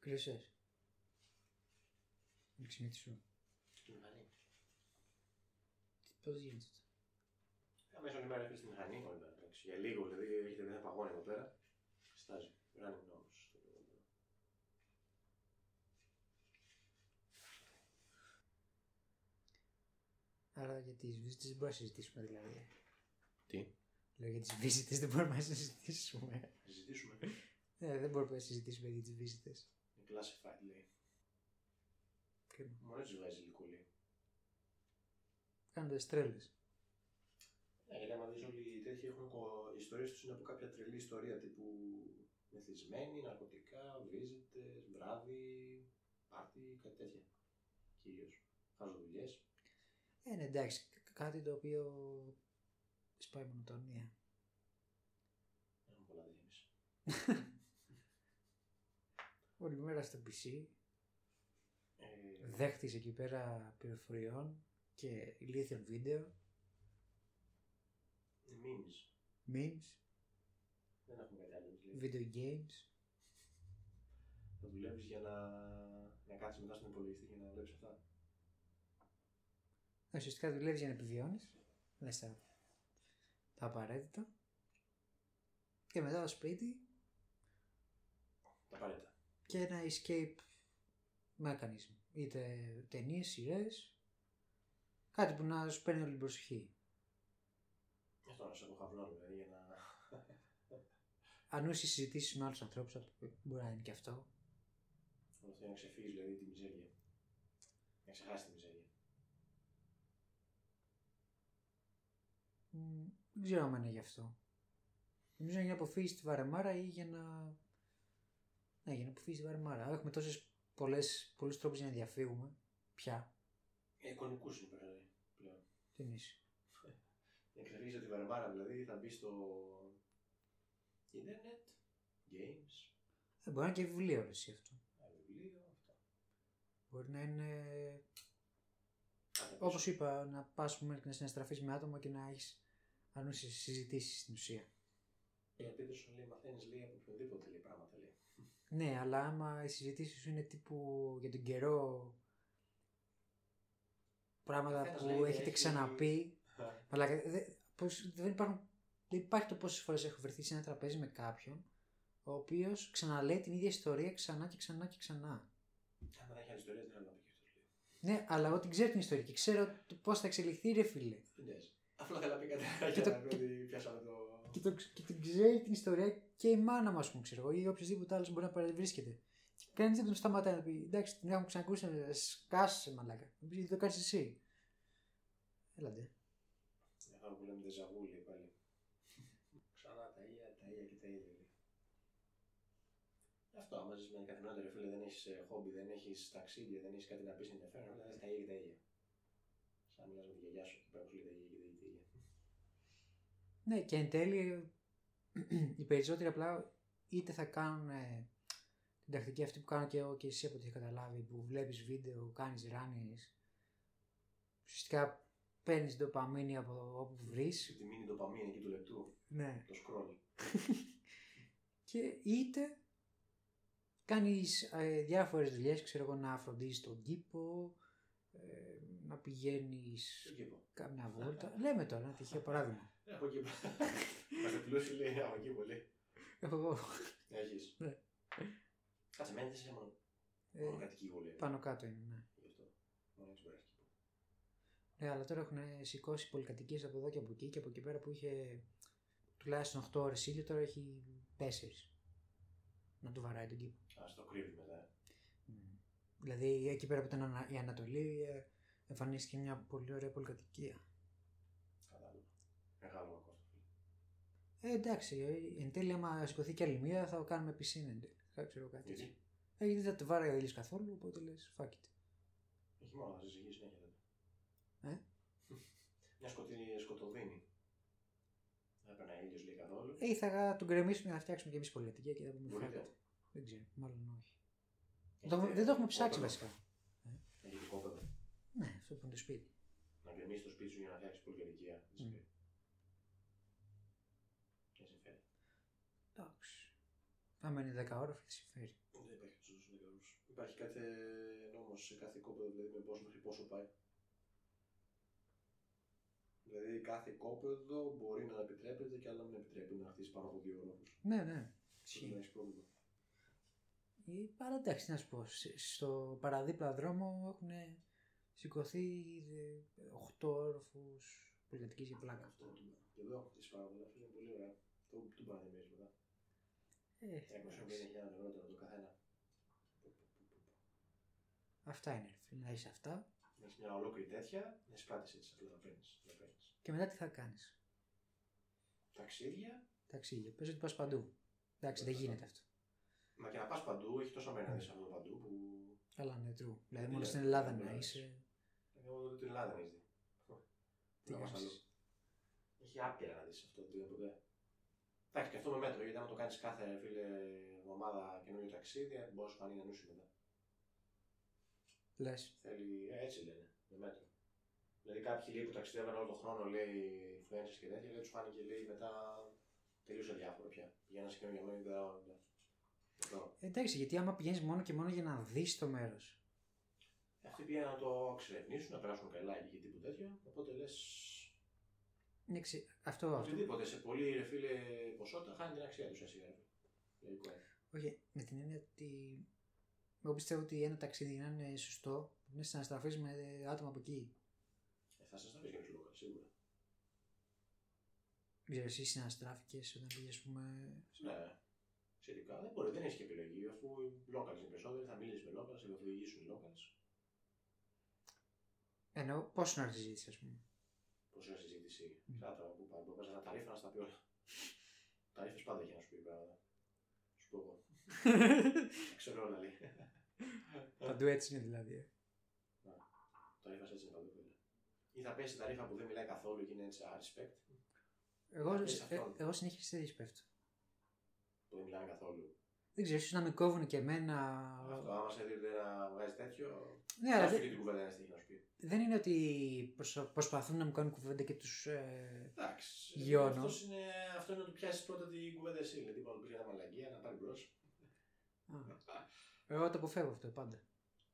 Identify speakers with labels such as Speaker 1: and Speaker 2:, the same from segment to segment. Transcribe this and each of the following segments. Speaker 1: Πλούσιος. Με ξυνήθισου.
Speaker 2: Στη μηχανή.
Speaker 1: Τι- Πώς γίνεται αυτό.
Speaker 2: Αμέσω η μέρα έφυγε στη μηχανή. όλα, εντάξει, Για λίγο δηλαδή έχετε μια παγόνα εδώ πέρα. Στάζει. Running νόμος.
Speaker 1: Άρα για τις visitors δεν μπορούμε να συζητήσουμε δηλαδή.
Speaker 2: Τι.
Speaker 1: Λέω για τις visitors δεν μπορούμε να συζητήσουμε.
Speaker 2: Θα συζητήσουμε.
Speaker 1: Ναι, δεν μπορούμε να συζητήσουμε για τις visitors.
Speaker 2: Είναι classified λέει.
Speaker 1: Κρίμα.
Speaker 2: Μόνο τη βάζει λικούλη.
Speaker 1: Κάντε τρέλες.
Speaker 2: Ναι, γιατί άμα δεις όλοι οι τέτοιοι έχουν ιστορίες τους είναι από κάποια τρελή ιστορία τύπου μεθυσμένοι, ναρκωτικά, βρίζετε, βράδυ, πάρτι, κάτι τέτοια. Κυρίως. Χάζω δουλειές.
Speaker 1: Ε, ναι, εντάξει, κ- κάτι το οποίο σπάει μονοτονία.
Speaker 2: Έχουμε πολλά τέτοια εμείς.
Speaker 1: Όλη μέρα στο PC,
Speaker 2: Ε,
Speaker 1: δέχτης εκεί πέρα πληροφοριών και ηλίθιων βίντεο,
Speaker 2: memes.
Speaker 1: memes,
Speaker 2: Δεν έχουμε κάτι άλλο. δηλαδή.
Speaker 1: video games.
Speaker 2: Θα δουλεύεις για να, να κάτσεις μετά στον υπολογιστή και να βλέπεις αυτά.
Speaker 1: Ναι, Ουσιαστικά δουλεύεις για να επιβιώνεις. Λες τα, τα απαραίτητα. Και μετά το σπίτι
Speaker 2: Τα απαραίτητα.
Speaker 1: και ένα escape mechanism. Είτε ταινίες, σειρές. Κάτι που να σου παίρνει όλη την προσοχή.
Speaker 2: Γι' Αυτό να σε αποχαβλώνω, δηλαδή, για να.
Speaker 1: Ανούσιε συζητήσεις με άλλους ανθρώπους, μπορεί να είναι και αυτό.
Speaker 2: να θέλει να ξεφύγεις δηλαδή τη μιζέρια. Να ξεχάσεις τη μιζέρια.
Speaker 1: Μ, Δεν ξέρω αν είναι γι' αυτό. Νομίζω είναι για να αποφύγεις τη βαρεμάρα ή για να. Ναι, για να αποφύγει τη βαρεμάρα. Έχουμε τόσες πολλούς τρόπους για να διαφύγουμε. Πια.
Speaker 2: Ε, εικονικούς είναι δηλαδή, πλέον.
Speaker 1: Τι εννοείς?
Speaker 2: Να ξεφύγεις από τη βαρβάρα, δηλαδή θα μπεις στο. Ιντερνετ, games,
Speaker 1: Ε, μπορεί να είναι και βιβλίο ρε εσύ αυτό.
Speaker 2: ένα βιβλίο, αυτά.
Speaker 1: Μπορεί να είναι.
Speaker 2: Άντε, πες.
Speaker 1: Όπω είπα, να πας πούμε, να συναστραφείς με άτομα και να έχεις ανούσιε συζητήσεις στην ουσία.
Speaker 2: Η επίδοση σου λέει μαθαίνεις λέει από οποιοδήποτε λέει πράγματα λέει.
Speaker 1: Ναι, αλλά άμα οι συζητήσεις σου είναι τύπου για τον καιρό. Πράγματα
Speaker 2: Καθένας
Speaker 1: που
Speaker 2: λέει,
Speaker 1: έχετε
Speaker 2: έχει-
Speaker 1: ξαναπεί. Αλλά δεν, υπάρχουν, δεν υπάρχει το πόσες φορές έχω βρεθεί σε ένα τραπέζι με κάποιον ο οποίος ξαναλέει την ίδια ιστορία ξανά και ξανά και ξανά.
Speaker 2: Αν δεν έχει άλλη ιστορία, δεν θέλω να πει και αυτό λέει.
Speaker 1: Ναι, αλλά εγώ την ξέρω την ιστορία και ξέρω πώς θα εξελιχθεί, ρε φίλε.
Speaker 2: Δεν νοιάζει. Απλά θέλω να πει κάτι
Speaker 1: Και
Speaker 2: για
Speaker 1: το-
Speaker 2: να πει ότι πιάσαμε το.
Speaker 1: και, το, και την ξέρει την ιστορία και η μάνα μας, πούμε, ξέρω εγώ, ή οποιοδήποτε άλλος μπορεί να παρευρίσκεται. Και κανείς δεν τον σταματάει να πει: Εντάξει, την έχουμε ξανακούσει, να σκάσει μαλάκα. Μου πεις: «Γιατί το κάνεις εσύ. Έλατε.
Speaker 2: Αυτό που λέμε δεζαβού λέει πάλι. Ξανά τα ίδια, τα ίδια και τα ίδια λέει. Αυτό, άμα ζεις με την καθημερινότητα, ρε φίλε, δεν έχεις χόμπι, δεν έχεις ταξίδια, δεν έχεις κάτι να πεις ενδιαφέρον, αλλά τα ίδια και τα ίδια. Σαν μιλάς με τη γιαγιά σου και πρέπει να σου λέει τα ίδια και τα ίδια, τα ίδια.
Speaker 1: Ναι, και εν τέλει οι περισσότεροι απλά είτε θα κάνουν ε, την τακτική αυτή που κάνω και εγώ και εσύ από ό,τι είχα καταλάβει, που βλέπεις βίντεο, κάνεις ράνει. Ουσιαστικά παίρνεις ντοπαμίνη από όπου βρεις.
Speaker 2: Είσαι τη μήνυ ντοπαμίνη εκεί του λεπτού,
Speaker 1: Ναι.
Speaker 2: το scroll.
Speaker 1: Και είτε κάνεις ε, διάφορες δουλειές, ξέρω εγώ, να φροντίζεις τον κήπο, ε, να πηγαίνεις
Speaker 2: Στον κήπο.
Speaker 1: κάμια βόλτα. Λέμε τώρα ένα τυχαίο παράδειγμα.
Speaker 2: Έχω κήπο. Μα το πλούσιο λέει, έχω κήπο λέει.
Speaker 1: Έχω εγώ
Speaker 2: Έχεις.
Speaker 1: Ναι.
Speaker 2: Κάτσε, μένετε σε μόνο.
Speaker 1: ε,
Speaker 2: Μόνο κατοικεί εγώ λέει.
Speaker 1: πάνω κάτω είναι, ναι.
Speaker 2: Γι' αυτό. Μόνο έτσι μπορεί να έχει κήπο.
Speaker 1: Ναι, αλλά τώρα έχουν σηκώσει πολυκατοικίες από εδώ και από εκεί και από εκεί πέρα που είχε τουλάχιστον 8 ώρες ήλιο, τώρα έχει 4. Να του βαράει τον κήπο.
Speaker 2: Α το κρύβει μετά.
Speaker 1: Μμμ. Δηλαδή εκεί πέρα που ήταν ανα- η Ανατολή ε, εμφανίστηκε μια πολύ ωραία πολυκατοικία.
Speaker 2: Κατάλαβα. Μεγάλο ακόμα.
Speaker 1: Ε, εντάξει, ε, εν τέλει, άμα σηκωθεί και άλλη μία, θα κάνουμε πισίνα. εν τέλει. Θα ξέρω κάτι. Έτσι.
Speaker 2: Γιατί.
Speaker 1: Ε, γιατί δεν θα τη βάραγε ο ήλιος καθόλου, οπότε λες, fuck it.
Speaker 2: Έχει μόνο να ζυγίσει συνέχεια τότε.
Speaker 1: Ε?
Speaker 2: Μια σκοτεινή σκοτωδίνη. Δεν έπαιρνα ήλιο λέει καθόλου.
Speaker 1: Ε, ή θα τον κρεμίσουμε και θα φτιάξουμε κι εμείς πολιτική και θα πούμε fuck
Speaker 2: Μπορείτε.
Speaker 1: it. Δεν ξέρω, μάλλον όχι.
Speaker 2: Έχετε
Speaker 1: Ε, Το- δεν το έχουμε ψάξει
Speaker 2: κόπεδο.
Speaker 1: βασικά.
Speaker 2: Έχετε κόπεδο.
Speaker 1: Ναι, αυτό που είναι το σπίτι.
Speaker 2: Να γκρεμίσει το σπίτι σου για να φτιάξεις πολυκατοικία. Δεν σε
Speaker 1: Μμ.
Speaker 2: φέρει. Δεν σε φέρει.
Speaker 1: Εντάξει. Θα μένει 10 ώρα, θα συμφέρει.
Speaker 2: Δεν υπάρχει να σου δώσουν Υπάρχει κάθε νόμος σε κάθε κόπεδο, δηλαδή με πόσο μέχρι πόσο πάει. Δηλαδή κάθε κόπεδο μπορεί να επιτρέπεται και άλλα να μην επιτρέπεται να χτίσει πάνω από δύο όροφους.
Speaker 1: Ναι, ναι.
Speaker 2: Δεν έχει πρόβλημα.
Speaker 1: Ή, Παρά εντάξει, τι να σου πω, σ- στο παραδίπλα δρόμο έχουν σηκωθεί 8 όροφου πολυκατοικίε για πλάκα.
Speaker 2: Αυτό. ναι. Και εδώ έχω χτίσει πάρα πολλά. Αυτό είναι πολύ ωραία. Το του πανεμίζει μετά.
Speaker 1: Ε,
Speaker 2: 350.000 ευρώ τώρα το καθένα.
Speaker 1: αυτά είναι. ρε φίλε, Να είσαι αυτά.
Speaker 2: Να έχει μια ολόκληρη τέτοια, να σπράτησε έτσι απλά να παίρνει. Να παίρνεις.
Speaker 1: Και μετά τι θα κάνεις.
Speaker 2: Ταξίδια,
Speaker 1: Ταξίδια. Πες ότι πας παντού. Εντάξει, δεν γίνεται αυτό.
Speaker 2: μα και να πας παντού, έχει τόσα μένα δει από εδώ παντού που.
Speaker 1: Καλά, ναι, true. Δηλαδή,
Speaker 2: Ναι,
Speaker 1: μόνο στην
Speaker 2: ναι,
Speaker 1: Ελλάδα
Speaker 2: ναι,
Speaker 1: να
Speaker 2: ναι.
Speaker 1: είσαι.
Speaker 2: Εγώ δεν την Ελλάδα δεν έχεις δει.
Speaker 1: Τι
Speaker 2: Να πας
Speaker 1: κάνεις.
Speaker 2: αλλού. Έχει άπειρα να δεις αυτό, δεν ποτέ. Εντάξει, και αυτό με μέτρο, γιατί άμα το κάνεις κάθε φίλε εβδομάδα καινούριο ταξίδι, μπορείς να φανεί να νούσει μετά.
Speaker 1: Λες.
Speaker 2: Θέλει, ε, έτσι λένε, με μέτρο. Δηλαδή κάποιοι λέει που ταξιδεύαν όλο τον χρόνο, λέει influencers και τέτοια, λέει, τους φάνηκε λέει μετά τελείωσε διάφορο πια. Για ένας σκηνό για μένα δεν τα μετά. Αυτό.
Speaker 1: Εντάξει, γιατί άμα πηγαίνεις μόνο και μόνο για να δεις το μέρος.
Speaker 2: Αυτοί πήγαιναν να το εξερευνήσουν, να περάσουν καλά εκεί και τίποτα τέτοιο. Οπότε λες.
Speaker 1: Ναι, Αυτό, αυτό.
Speaker 2: Οτιδήποτε σε πολύ ρε φίλε ποσότητα χάνει την αξία του σε σιγά. Λογικό.
Speaker 1: Όχι, με την έννοια ότι εγώ πιστεύω ότι ένα ταξίδι για να είναι σωστό, πρέπει να συναστραφείς με άτομα από εκεί.
Speaker 2: Ε, θα σα τα πει για του λόγου, σίγουρα.
Speaker 1: Ξέρω, εσύ συναστράφηκες όταν πήγες, ας πούμε.
Speaker 2: Ναι. Σχετικά δεν μπορεί, δεν έχεις και επιλογή. Αφού οι locals είναι περισσότεροι, θα μιλήσει με locals, θα καθοδηγήσουν οι locals.
Speaker 1: Ενώ πόσο να συζήτηση, ας πούμε.
Speaker 2: Πώ είναι συζήτηση.
Speaker 1: Μμμ.
Speaker 2: Mm. Κάτω που πάνε, μπορεί να τα ρήφα να στα πει όλα. τα ρήφε πάντα για να σου πει πράγματα. Σου πω εγώ. Ξέρω όλα λέει.
Speaker 1: Παντού έτσι είναι δηλαδή. ε.
Speaker 2: τα ρήφα έτσι είναι παντού πέρα. Ή θα πέσει τα ρήφα που δεν μιλάει καθόλου και είναι έτσι ah, respect.
Speaker 1: Εγώ,
Speaker 2: Να πεις
Speaker 1: ε,
Speaker 2: αυτόν.
Speaker 1: εγώ συνέχεια σε τέτοιες πέφτω.
Speaker 2: Που δεν μιλάνε καθόλου.
Speaker 1: Δεν ξέρω, ίσως να με κόβουν και εμένα.
Speaker 2: Αυτό άμα σε δείτε να βγάζει τέτοιο.
Speaker 1: Ναι,
Speaker 2: Θα
Speaker 1: αλλά
Speaker 2: σου πει
Speaker 1: δεν,
Speaker 2: και την κουβέντα να στείλει να σου πει.
Speaker 1: δεν είναι ότι προσο- προσπαθούν να μου κάνουν κουβέντα και τους. Ε,
Speaker 2: Εντάξει.
Speaker 1: Γιώνω.
Speaker 2: Αυτός είναι, αυτό είναι να του πιάσεις πρώτα την κουβέντα εσύ. Δηλαδή μπορεί να του πει μια μαλαγία, να πάρει μπρος.
Speaker 1: α. εγώ το αποφεύγω αυτό πάντα.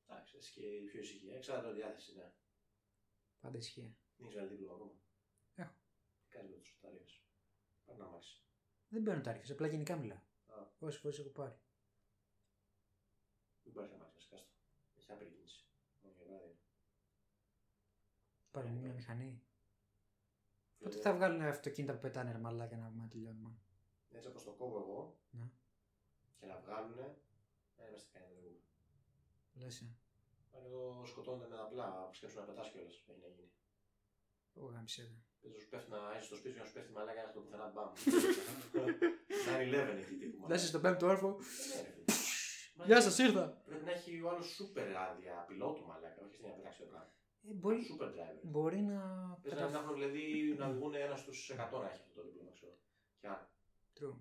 Speaker 2: Εντάξει, έτσι και η πιο ησυχία. Εξάρτητα από τη διάθεση, ναι.
Speaker 1: Πάντα ισχύει.
Speaker 2: Δεν έχει βάλει δίπλωμα ακόμα.
Speaker 1: Έχω.
Speaker 2: Κάνει με τους ταρίε. Πάρε ένα μάξι.
Speaker 1: Δεν παίρνω τα ρήφες, απλά γενικά μιλάω.
Speaker 2: Α.
Speaker 1: Όσες φορές έχω πάρει.
Speaker 2: Δεν πάρει ένα μάξι, α κάστο. Έχει άπειρη κίνηση. Μόνο για βράδυ. είναι.
Speaker 1: Πάρω μια
Speaker 2: Εντάξει.
Speaker 1: μηχανή. Πότε
Speaker 2: Φίλε,
Speaker 1: θα βγάλουν αυτοκίνητα που πετάνε ρε μαλάκα να πούμε τελειώνουμε.
Speaker 2: Έτσι όπως το κόβω εγώ
Speaker 1: Ναι.
Speaker 2: και να βγάλουν. Δεν είμαστε κανένα λίγο.
Speaker 1: Λες, ε.
Speaker 2: Αν εδώ σκοτώνονται με απλά, σκέψουν να πετάς κιόλας. Έχει να γίνει.
Speaker 1: Ω, γάμισε τα.
Speaker 2: Δεν σου πέφτει να είσαι στο σπίτι σου να σου πέφτει μαλάκα ένα στο πουθενά μπαμ. Να είναι 11 εκεί τύπου.
Speaker 1: Λες, ε, στον πέμπτο όρφο.
Speaker 2: Ναι, ρε φίλε. Μα,
Speaker 1: Ε, Γεια σας, ήρθα.
Speaker 2: Πρέπει να έχει ο άλλος σούπερ άδεια πιλότου μαλάκα. Όχι στην πετάξει το πράγμα.
Speaker 1: Ε, μπορεί,
Speaker 2: Σούπερ driver.
Speaker 1: μπορεί να.
Speaker 2: Πες να μην έχουν δηλαδή να βγουν ένας στους 100 να έχει αυτό το δίπλωμα, ξέρω. Και αν.
Speaker 1: True.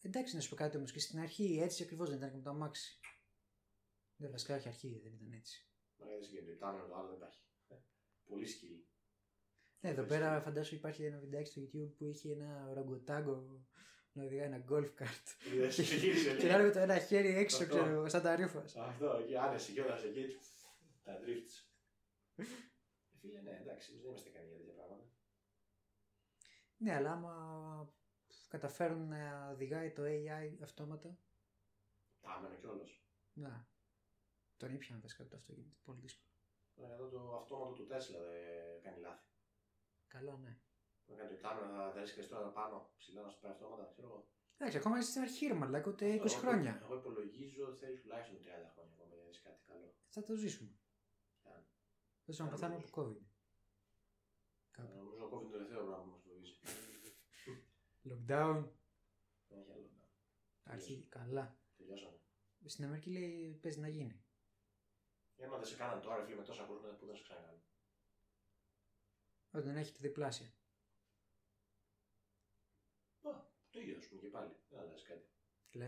Speaker 1: Εντάξει, να σου πω κάτι όμως και στην αρχή έτσι ακριβώς δεν ήταν και με το αμάξι. Δεν βασικά όχι αρχή, δεν ήταν έτσι.
Speaker 2: Μα δεν συγκεντρώνει. Το άλλο, το άλλο δεν υπάρχει. Πολύ σκύλι.
Speaker 1: Ναι, εδώ
Speaker 2: Πολύ
Speaker 1: πέρα
Speaker 2: σκύλι.
Speaker 1: φαντάσου υπάρχει ένα βιντεάκι στο YouTube που είχε ένα ραγκοτάγκο να οδηγάει ένα golf cart.
Speaker 2: Είδες, γύρισε
Speaker 1: και
Speaker 2: λίγο.
Speaker 1: να έβγαινε το ένα χέρι έξω,
Speaker 2: Ε, ναι. Αυτό.
Speaker 1: ξέρω εγώ, σαν τα ρούφα.
Speaker 2: Αυτό, εκεί άνεση κιόλας εκεί. έτσι, Τα drifts. Ε, Φίλε, ναι, εντάξει, εμείς δεν είμαστε κανένα για τέτοια πράγματα.
Speaker 1: Ναι, αλλά άμα καταφέρουν να οδηγάει το AI αυτόματα.
Speaker 2: Άμενο κιόλας.
Speaker 1: Να. Τον ήπιαν βασικά από το αυτοκίνητο. Πολύ δύσκολο.
Speaker 2: Τώρα Ναι, εδώ το αυτόματο του Τέσλα δεν κάνει λάθη.
Speaker 1: Καλά, ναι.
Speaker 2: Να κάνει το κάμερα, να τα ρίσκε τώρα πάνω, ψηλά να σου πάει αυτόματα, ξέρω εγώ.
Speaker 1: Εντάξει, ακόμα είσαι στην αρχή, ρε μαλάκα, ούτε 20
Speaker 2: Εγώ-
Speaker 1: Ε, χρόνια.
Speaker 2: Εγώ υπολογίζω ότι θέλεις τουλάχιστον 30 χρόνια ακόμα για να δεις κάτι καλό.
Speaker 1: Θα το ζήσουμε.
Speaker 2: Καλά.
Speaker 1: Θα ζήσουμε να
Speaker 2: Καλά,
Speaker 1: πεθάνουμε από COVID. Κάπου.
Speaker 2: Νομίζω κόβει το τελευταίο πράγμα που μας φοβίζει.
Speaker 1: Lockdown.
Speaker 2: Δεν έχει άλλο.
Speaker 1: Αρχή. Καλά.
Speaker 2: Τελειώσαμε.
Speaker 1: Στην Αμερική λέει παίζει να γίνει.
Speaker 2: Έμα Ε, δεν σε κάναν τώρα, φίλε, με τόσα χρόνια που δεν σε ξανακάνουν.
Speaker 1: Όταν έχει τη διπλάσια.
Speaker 2: Το ίδιο, ας πούμε, και πάλι. Δεν αλλάζει κάτι.
Speaker 1: Λες.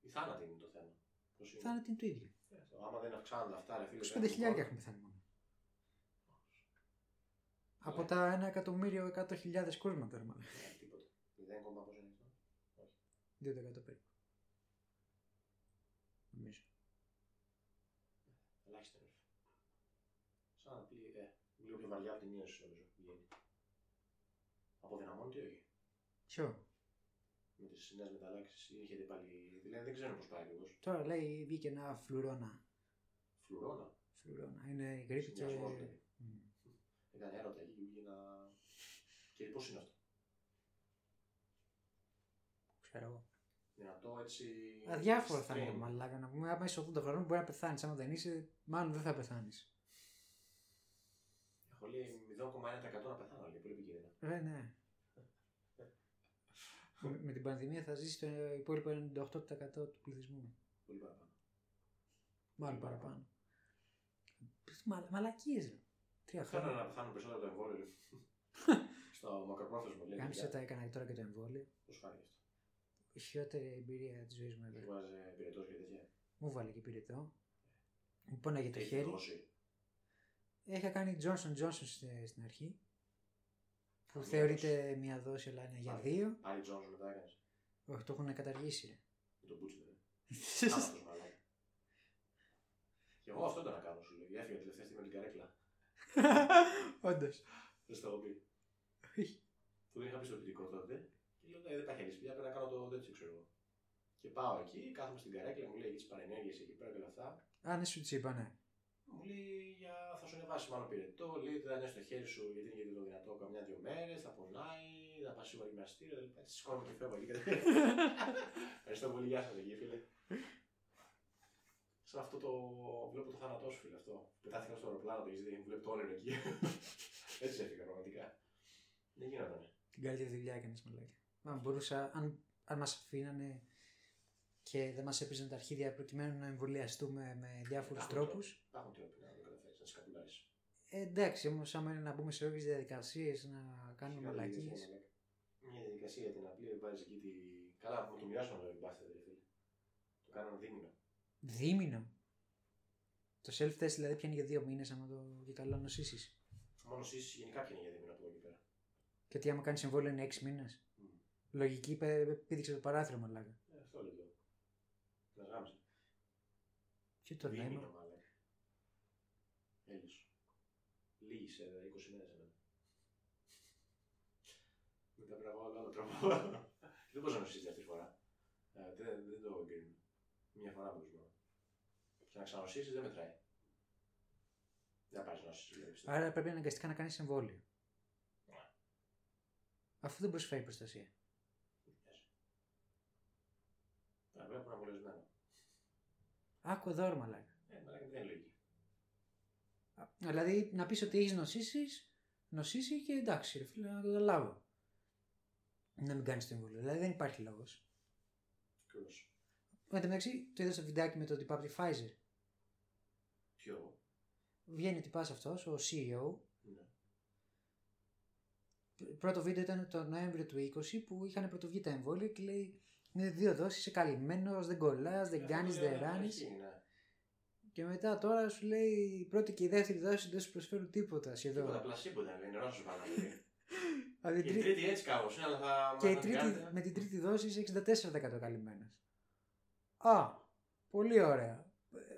Speaker 2: Η θάνατη είναι το θέμα. Πώς είναι.
Speaker 1: Θάνατοι είναι το ίδιο.
Speaker 2: Ε, άμα δεν αυξάνονται αυτά, ρε φίλε.
Speaker 1: 25 χιλιάδια έχουν πεθάνει μόνο. Από τα 1 εκατομμύριο 100.000 κούρματα, ρε μάλλον.
Speaker 2: Ναι, τίποτα. 0, κόμμα πόσο είναι αυτό.
Speaker 1: 2% περίπου. Νομίζω.
Speaker 2: ε, βαριά από τη μείωση νομίζω βγαίνει. Αποδυναμώνεται ή όχι.
Speaker 1: Ποιο.
Speaker 2: Με τις νέε μεταλλάξεις ή έχετε πάλι. Δηλαδή δεν ξέρω πώς πάει ακριβώς.
Speaker 1: Τώρα λέει βγήκε ένα φλουρόνα.
Speaker 2: Φλουρώνα.
Speaker 1: Φλουρόνα. Είναι η γρήπη και.
Speaker 2: Συνδυασμός, δηλαδή.
Speaker 1: Μμ.
Speaker 2: Έκανε έρωτα εκεί και βγήκε να. Και πώς είναι αυτό.
Speaker 1: Ξέρω εγώ.
Speaker 2: Δυνατό έτσι.
Speaker 1: Αδιάφορο θα
Speaker 2: extreme.
Speaker 1: είναι, μαλάκα. Να πούμε, άμα είσαι 80 χρονών μπορεί να πεθάνεις. Άμα δεν είσαι, μάλλον δεν θα πεθάνεις.
Speaker 2: Έχω λέει 0,1% να πεθάνω. Λέει πολύ επικίνδυνα.
Speaker 1: Ναι, ναι. με, με την πανδημία θα ζήσει το υπόλοιπο 98% του πληθυσμού.
Speaker 2: Πολύ παραπάνω.
Speaker 1: Μάλλον παραπάνω. Μα, μαλακίες, ρε. Τρία
Speaker 2: Θέλω να
Speaker 1: χρόνια.
Speaker 2: πεθάνω περισσότερο από το εμβόλιο. λέει. Στο μακροπρόθεσμο λέει.
Speaker 1: Κάμισε
Speaker 2: παιδιά.
Speaker 1: τα έκανα και τώρα και το εμβόλιο.
Speaker 2: Πώς φάνηκε αυτό.
Speaker 1: Η χειρότερη εμπειρία της ζωής μου
Speaker 2: Σου
Speaker 1: εδώ.
Speaker 2: βάζε πυρετός και τέτοια.
Speaker 1: Μου βάλε και πυρετό. Μου πόναγε το
Speaker 2: Έχει
Speaker 1: χέρι.
Speaker 2: δώσει.
Speaker 1: Είχα κάνει Johnson Johnson στη- στην αρχή. Που
Speaker 2: Μία
Speaker 1: θεωρείται μία δόση, αλλά είναι για
Speaker 2: Πάλι.
Speaker 1: δύο.
Speaker 2: Άλλη Τζόνσον μετά έκανες.
Speaker 1: Όχι, το έχουν καταργήσει. ρε.
Speaker 2: Με τον Μπούτσινερ. Θάνατος μαλάκα. Και εγώ αυτό το να κάνω σου λέει. Έφυγα τελευταία στιγμή με την καρέκλα.
Speaker 1: Όντως.
Speaker 2: Δεν στο έχω πει.
Speaker 1: Όχι.
Speaker 2: Του είχα πει στο παιδικό τότε. Και λέω «Ε, δεν τα χέρι πια, πρέπει να κάνω το τέτοιο ξέρω εγώ. Και πάω εκεί, κάθομαι στην καρέκλα, μου λέει για τι παρενέργειε εκεί πέρα και όλα αυτά.
Speaker 1: Αν σου τι είπα, ναι.
Speaker 2: Μου λέει για θα σου ανεβάσει μάλλον πυρετό. Λέει δεν θα νιώσει το χέρι σου γιατί είναι γιατί το δυνατό καμιά-δύο μέρες. Θα πονάει, θα πας σίγουρα γυμναστήριο. Δηλαδή έτσι σηκώνομαι και φεύγω εκεί. Ευχαριστώ πολύ, γεια σας εκεί, φίλε. Σαν αυτό το. Βλέπω το θάνατό σου, φίλε αυτό. Πετάθηκα στο αεροπλάνο, το έχεις δει, βλέπω το όνειρο εκεί. έτσι έφυγα πραγματικά. Δεν γινόταν.
Speaker 1: Την καλύτερη δουλειά έκανες, μαλάκα. Αν μπορούσα, αν, αν μας αφήνανε και δεν μας έπαιζαν τα αρχίδια προκειμένου να εμβολιαστούμε με διάφορου
Speaker 2: Υπάρχουν
Speaker 1: τρόπου.
Speaker 2: Υπάρχουν τρόποι να το καταφέρει, να σκαπουλάρει.
Speaker 1: Ε, εντάξει, όμως, άμα είναι να μπούμε σε όποιε διαδικασίες να κάνουμε μαλακίε.
Speaker 2: Μια διαδικασία για την απλή βάζεις εκεί τη. Καλά, μου το μοιράσαμε το μπάστερ, φίλε. Το κάναμε δίμηνο.
Speaker 1: Δίμηνο. Το self-test δηλαδή πιάνει για δύο μήνες, άμα το και καλά νοσήσεις.
Speaker 2: Μόνο εσεί γενικά πιάνει για δίμηνο από εδώ και πέρα.
Speaker 1: Και ότι άμα κάνεις εμβόλιο είναι έξι μήνες.
Speaker 2: Μμ.
Speaker 1: Λογική πε- πήδηξε το παράθυρο, μαλάκα.
Speaker 2: Ε, αυτό λέω. Να γάμισε.
Speaker 1: Και το
Speaker 2: Δίμηνο,
Speaker 1: νόημα.
Speaker 2: μάλλον. Έλειος. Λίγη σε 20 μέρες εμένα. Μετά πρέπει να πάω άλλο τρόπο. δεν μπορούσα να ψήσει δεύτερη φορά. Ε, δεν, δεν το εγκρίνουμε. Μια φορά μπορείς μόνο. Και να ξανανοσήσεις δεν μετράει. Δεν πάρεις νόσεις. δεν πιστεύω.
Speaker 1: Άρα πρέπει αναγκαστικά να κάνεις εμβόλιο. Αφού δεν προσφέρει προστασία.
Speaker 2: Ε, Πρέπει να είναι απολεσμένο.
Speaker 1: Άκου εδώ, ρε μαλάκα.
Speaker 2: Ε, μαλάκα, δεν είναι λογική.
Speaker 1: Α, Δηλαδή να πεις ότι έχεις νοσήσεις, νοσήσει και εντάξει, ρε φίλε, να το καταλάβω. Να μην κάνεις το εμβόλιο. Δηλαδή δεν υπάρχει λόγος.
Speaker 2: Ακριβώς.
Speaker 1: Εν τω μεταξύ, το είδα στο βιντεάκι με τον τυπά από τη Pfizer.
Speaker 2: Ποιο.
Speaker 1: Βγαίνει ο τυπάς αυτός, ο E CEO.
Speaker 2: Ναι.
Speaker 1: Πρώτο βίντεο ήταν το Νοέμβριο του 20 που είχαν πρωτοβγεί τα εμβόλια και λέει είναι δύο δόσεις, είσαι καλυμμένος, δεν κολλάς, δεν κάνει,
Speaker 2: Ε, Αυτό είναι
Speaker 1: δεν
Speaker 2: από την
Speaker 1: ράνει.
Speaker 2: αρχή, ναι.
Speaker 1: Και μετά τώρα σου λέει η πρώτη και η δεύτερη δόση δεν σου προσφέρουν τίποτα
Speaker 2: Τίποτα δηλαδή,
Speaker 1: σχεδόν. Δηλαδή,
Speaker 2: πλασίποτα, λέει, νερό σου παραλύει.
Speaker 1: Από την
Speaker 2: Και η
Speaker 1: τρί-
Speaker 2: τρίτη έτσι κάπως είναι, αλλά θα...
Speaker 1: Και η
Speaker 2: θα την
Speaker 1: τρίτη,
Speaker 2: κάνετε.
Speaker 1: με την τρίτη δόση είσαι 64% καλυμμένος. Α, πολύ ωραία.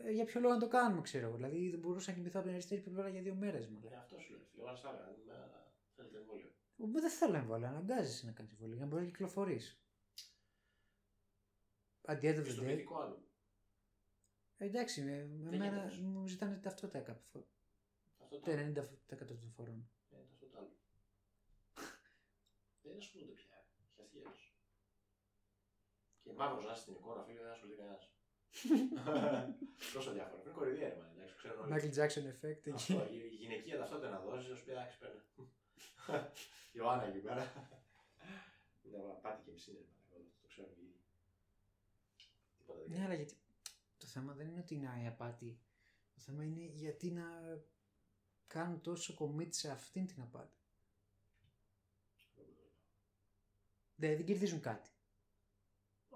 Speaker 1: Ε, Για ποιο λόγο να το κάνουμε, ξέρω εγώ. Δηλαδή δεν μπορούσα να κοιμηθώ από την αριστερή πλευρά για δύο μέρες, μου
Speaker 2: Ε,
Speaker 1: λέει.
Speaker 2: Αυτό σου λέει. Εγώ να στάλα, να θέλετε εμβόλιο.
Speaker 1: Εγώ δεν θέλω εμβόλιο, αναγκάζεσαι να κάνεις εμβόλιο για να μπορείς να κυκλοφορείς. Αντί end of
Speaker 2: Και στο
Speaker 1: the day. Ε,
Speaker 2: παιδικό άλλο.
Speaker 1: Εντάξει, με, με
Speaker 2: Δεν
Speaker 1: μένα
Speaker 2: γίνεται.
Speaker 1: μου ζητάνε ταυτότητα κάποια φορά.
Speaker 2: Αυτό το
Speaker 1: Το
Speaker 2: άλλο.
Speaker 1: 90% των φορών.
Speaker 2: Ε, Αυτό το άλλο. Δεν ασχολούνται πια. Έχει αστιαίος. Και μαύρος να είσαι στην εικόνα, φίλε, δεν ασχολείται κανένας. Τόσο διάφορα. Είναι κορυδία, ρε, μάνα, εντάξει, ξέρουν όλοι.
Speaker 1: Michael Jackson effect. εκεί.
Speaker 2: Αυτό, η η γυναικεία ταυτότητα να δώσεις, να σου πει, εντάξει, παίρνε. Ιωάννα εκεί πέρα. Μια πάτη και μισή, ρε, μάνα, το ξέρουν οι ίδιοι. Τίποτα δεν
Speaker 1: Ναι, αλλά γιατί. Το θέμα δεν είναι ότι είναι η απάτη. Το θέμα είναι γιατί να κάνουν τόσο commit σε αυτήν την απάτη.
Speaker 2: κάνει.
Speaker 1: Δηλαδή δεν κερδίζουν κάτι.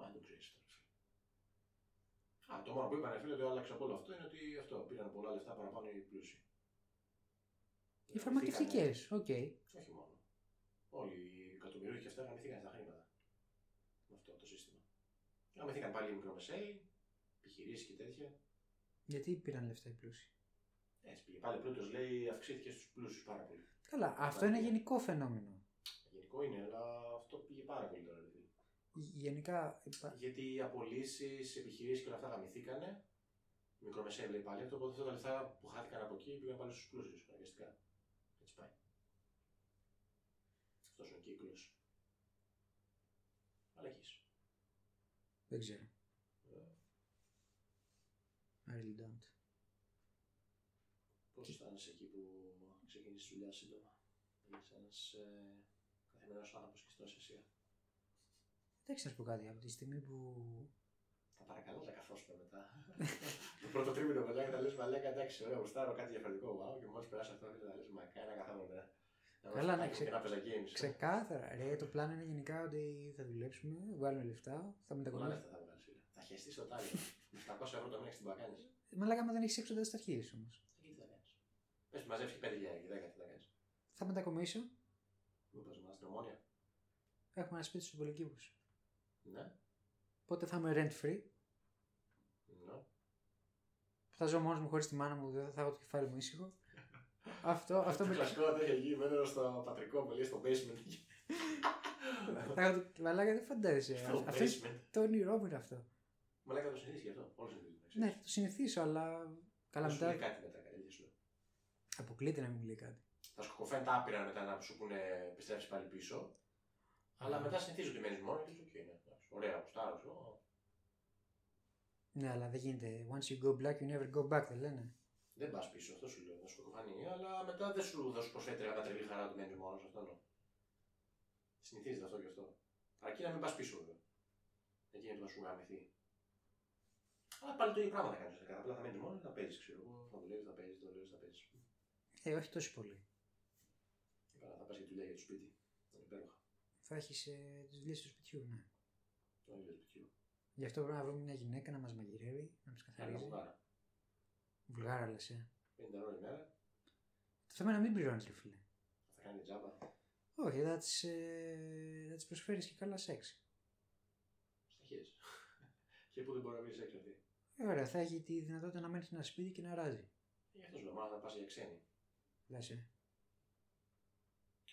Speaker 2: Α, δεν ξέρει τώρα. φίλε. Α, το μόνο που είπανε φίλε ότι άλλαξε από όλο αυτό είναι ότι αυτό πήραν πολλά λεφτά παραπάνω οι πλούσιοι.
Speaker 1: Οι φαρμακευτικές, οκ.
Speaker 2: Όχι μόνο. Όλοι οι εκατομμυρίοι και αυτά γαμηθήκαν στα χρήματα. Με αυτό το σύστημα. Γαμηθήκαν πάλι οι μικρομεσαίοι, επιχειρήσεις και τέτοια.
Speaker 1: Γιατί πήραν λεφτά οι πλούσιοι.
Speaker 2: Ε, Έτσι πήγε. Πάλι πρώτο λέει αυξήθηκε στους πλούσιους πάρα πολύ.
Speaker 1: Καλά, αυτό είναι γενικό φαινόμενο.
Speaker 2: Γενικό είναι, αλλά αυτό πήγε πάρα πολύ τώρα. Δηλαδή.
Speaker 1: Γενικά, υπά-
Speaker 2: Γιατί οι απολύσεις, επιχειρήσεις και όλα αυτά γαμηθήκανε. Μικρομεσαία λέει πάλι αυτό. Οπότε αυτά τα λεφτά που χάθηκαν από εκεί πήγαν πάλι στους πλούσιους αναγκαστικά. Έτσι πάει. Αυτός είναι ο κύκλος. Αλλαγή.
Speaker 1: δεν ξέρω.
Speaker 2: Ε,
Speaker 1: I really don't.
Speaker 2: Πώς αισθάνεσαι εκεί που ξεκίνησε τη δουλειά σύντομα. Είσαι ένας ε, καθημερινός άνθρωπος και στην Ασία.
Speaker 1: Εντάξει, να σου πω κάτι. Από τη στιγμή που.
Speaker 2: Θα παρακαλώ να καθόσουμε μετά. το πρώτο τρίμηνο μετά και θα λες μαλάκα εντάξει, ωραία, γουστάρω κάτι διαφορετικό. Wow, και μόλις περάσει αυτό θα λες μακάρα καθόμουν.
Speaker 1: Καλά, ναι, ξε-
Speaker 2: Και να παίζα games.
Speaker 1: Ξεκάθαρα. Ρε, το πλάνο είναι γενικά ότι θα δουλέψουμε, βάλουμε λεφτά, θα
Speaker 2: Πολλά
Speaker 1: μετακομίσουμε.
Speaker 2: λεφτά θα βγάλεις, φίλε. Θα χεστείς στο τάλι. Με 700 ευρώ το μήνα έχεις την πακάνης.
Speaker 1: Μα λέγαμε δεν έχεις έξω τα αρχέ όμως.
Speaker 2: Ε, Τι θα κάνεις. Πες που μαζεύει 5.000 και 10 τι θα κάνεις.
Speaker 1: Θα μετακομίσω,
Speaker 2: Μου πα μα την ομόνια.
Speaker 1: έχουμε ένα σπίτι στους Πολυκύπους.
Speaker 2: Ναι,
Speaker 1: Πότε θα είμαι rent free,
Speaker 2: ναι.
Speaker 1: θα ζω μόνος μου χωρίς τη μάνα μου, δεν θα έχω το κεφάλι μου ήσυχο. αυτό, αυτό
Speaker 2: το
Speaker 1: με
Speaker 2: κλασικό τέτοιο γημένο στο πατρικό που λέει στο basement.
Speaker 1: Θα έχω το μαλάκα, δεν φαντάζεσαι.
Speaker 2: στο
Speaker 1: Αυτό είναι
Speaker 2: basement.
Speaker 1: το όνειρό μου είναι αυτό.
Speaker 2: Μαλάκα το συνηθίσει γι' αυτό. Όλο συνηθίζει. να ξέρεις.
Speaker 1: Ναι, θα το συνηθίσω, αλλά. Καλά,
Speaker 2: Δεν σου λέει
Speaker 1: μετά
Speaker 2: κάτι μετά, κάτι σου. λέει.
Speaker 1: αποκλείται να μην λέει κάτι.
Speaker 2: Θα σου κοφαίνουν τα άπειρα μετά να σου πούνε επιστρέψει πάλι πίσω. Αλλά μετά συνηθίζει ότι μένει μόνο και λες, «Οκ, ναι, εντάξει, Ωραία, κουστάρω. ξέρω».
Speaker 1: Ναι, αλλά δεν γίνεται. Once you go black, you never go back, δεν λένε.
Speaker 2: Δεν πας πίσω, αυτό σου λέω. Θα σου κοφανεί, αλλά μετά δεν σου, δεν σου προσφέρει τρελά τρελή χαρά ότι μένει μόνος αυτό. εννοώ. Συνηθίζεται αυτό και αυτό. Αρκεί να μην πας πίσω, βέβαια. Εκεί είναι που θα σου γαμηθεί. Αλλά πάλι το ίδιο πράγμα θα κάνεις. Απλά θα μένει μόνος, θα παίζεις, ξέρω εγώ. Θα δουλεύεις, θα παίζεις, θα δουλεύεις, θα παίζεις.
Speaker 1: Ε, όχι τόσο πολύ.
Speaker 2: Καλά, θα πα και δουλειά για το σπίτι. Είναι υπέροχα.
Speaker 1: Θα έχεις ε, τις δουλειές του σπιτιού, ναι.
Speaker 2: Το ίδιο το σπιτιού.
Speaker 1: Γι' αυτό πρέπει να βρούμε μια γυναίκα να μας μαγειρεύει, να μας
Speaker 2: Κάνει
Speaker 1: καθαρίζει.
Speaker 2: κουμπάρα.
Speaker 1: Βουλγάρα, λε. Ε.
Speaker 2: 50 ευρώ η μέρα,
Speaker 1: Το θέμα είναι να μην πληρώνεις, ρε φίλε.
Speaker 2: θα κάνει τζάμπα.
Speaker 1: Όχι, θα της ε, θα τις προσφέρεις και καλά σεξ.
Speaker 2: Συνεχίζεις. και πού δεν μπορεί να βγει έξω αυτή.
Speaker 1: Ε, ωραία, θα έχει τη δυνατότητα να μένεις σε ένα σπίτι και να ράζει.
Speaker 2: Γι' αυτό σου λέω, μάλλον να πας για ξένη.
Speaker 1: Λες, ε.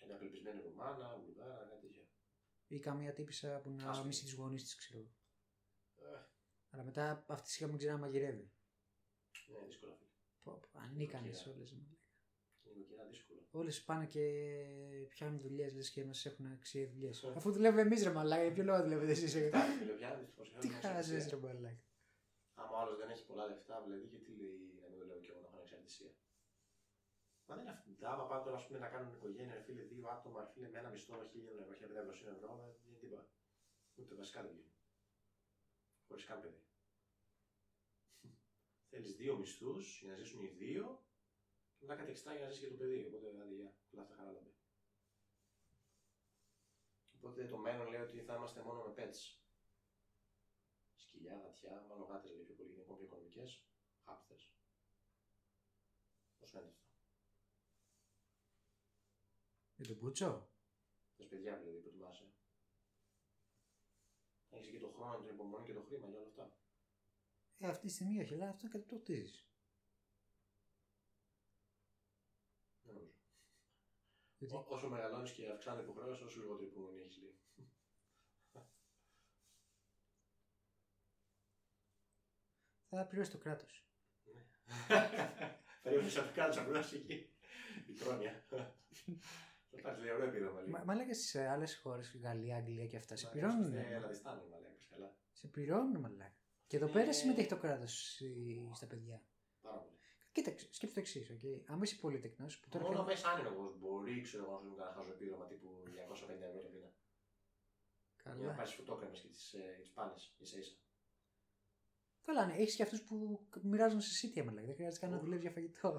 Speaker 2: Μια απελπισμένη Ρουμάνα, Βουλγάρα, κάτι τέτοιο.
Speaker 1: Ή καμία τύπησα που να
Speaker 2: Άσχημη.
Speaker 1: μισεί τους γονείς της, ξέρω εγώ.
Speaker 2: Ε,
Speaker 1: Αλλά μετά αυτή σιγά μην ξέρει να μαγειρεύει.
Speaker 2: Ναι, δύσκολα φίλε.
Speaker 1: Πω, πω, ανίκανε
Speaker 2: Νοικοκυρά.
Speaker 1: όλε.
Speaker 2: Είναι νοικοκυρά δύσκολα.
Speaker 1: Όλες πάνε και πιάνουν δουλειές, λες και μα έχουν αξία δουλειές.
Speaker 2: Ε.
Speaker 1: Αφού δουλεύουμε εμείς, ρε μαλάκα, για ποιο λόγο δουλεύετε εσείς.
Speaker 2: Κοιτάξτε, φίλε, πια δυστυχώς,
Speaker 1: Ε, Τι
Speaker 2: έχουμε
Speaker 1: χάζε, ρε
Speaker 2: εξαρτησία.
Speaker 1: μαλάκα.
Speaker 2: Άμα άλλος δεν έχει πολλά λεφτά, δηλαδή γιατί λέει να μην δουλεύω και εγώ να έχω ανεξαρτησία. Μα δεν είναι αυτή. Άμα πάτε τώρα ας πούμε, να κάνουν οικογένεια, ρε φίλε, δύο άτομα, ρε φίλε, με ένα μισθό 1.500 ευρώ, δεν είναι τίποτα. Ούτε βασικά δεν βγαίνει. Χωρίς καν παιδί. Θέλεις δύο μισθούς για να ζήσουν οι δύο και μετά κάτι εξτρά για να ζήσεις και το παιδί. Οπότε δηλαδή, για όλα αυτά χαράλαμπε. Οπότε το μέλλον λέει ότι θα είμαστε μόνο με pets. Σκυλιά, γατιά, μάλλον γάτε λέει πιο πολύ, είναι ακόμα πιο οικονομικές. Άπτε. Πώς φαίνεται αυτό.
Speaker 1: Με τον Μπούτσο.
Speaker 2: Θες παιδιά δηλαδή που ετοιμάσαι. Έχεις και τον χρόνο, την υπομονή και το χρήμα για όλα αυτά.
Speaker 1: Ε, αυτή τη στιγμή όχι, αλλά αυτό είναι κάτι που το χτίζει.
Speaker 2: Δεν νομίζω.
Speaker 1: Γιατί-
Speaker 2: Ό- όσο μεγαλώνεις και αυξάνεται η υποχρέωση, όσο λιγότερη υπομονή έχεις λέει.
Speaker 1: Θα πληρώσει το κράτος.
Speaker 2: Περίμενε σαν να κάνει απλώ εκεί. Η πρόνοια. Θα πάρει λέει ωραίο επίδομα λίγο.
Speaker 1: Μα, μαλάκα ε, στις άλλες χώρες, Γαλλία, Αγγλία και αυτά, σε
Speaker 2: Μα,
Speaker 1: πληρώνουν. ναι.
Speaker 2: είμαστε
Speaker 1: ρε.
Speaker 2: Ελλαδιστάνοι, μαλάκα, καλά.
Speaker 1: Σε πληρώνουν, μαλάκα. Και εδώ
Speaker 2: Ναι.
Speaker 1: πέρα συμμετέχει το κράτος στα παιδιά.
Speaker 2: Πάρα πολύ.
Speaker 1: Κοίταξε, σκέψτε το εξής. Okay. Αν είσαι πολυτεκνό, που τώρα
Speaker 2: Μόνο
Speaker 1: κάνει-
Speaker 2: μέσα άνεργος μπορείς ξέρω, εγώ, να σου δίνουν κανένα χάζο επίδομα τύπου 250 ευρώ το μήνα. Για να
Speaker 1: Καλά.
Speaker 2: πάρει φωτόκρεμε και τις ε, πάνες ίσα ίσα.
Speaker 1: Καλά, ναι, έχεις και αυτούς που μοιράζουν σε σίτια, μαλάκα. Δεν χρειάζεται καν
Speaker 2: Ω.
Speaker 1: να δουλεύει για φαγητό.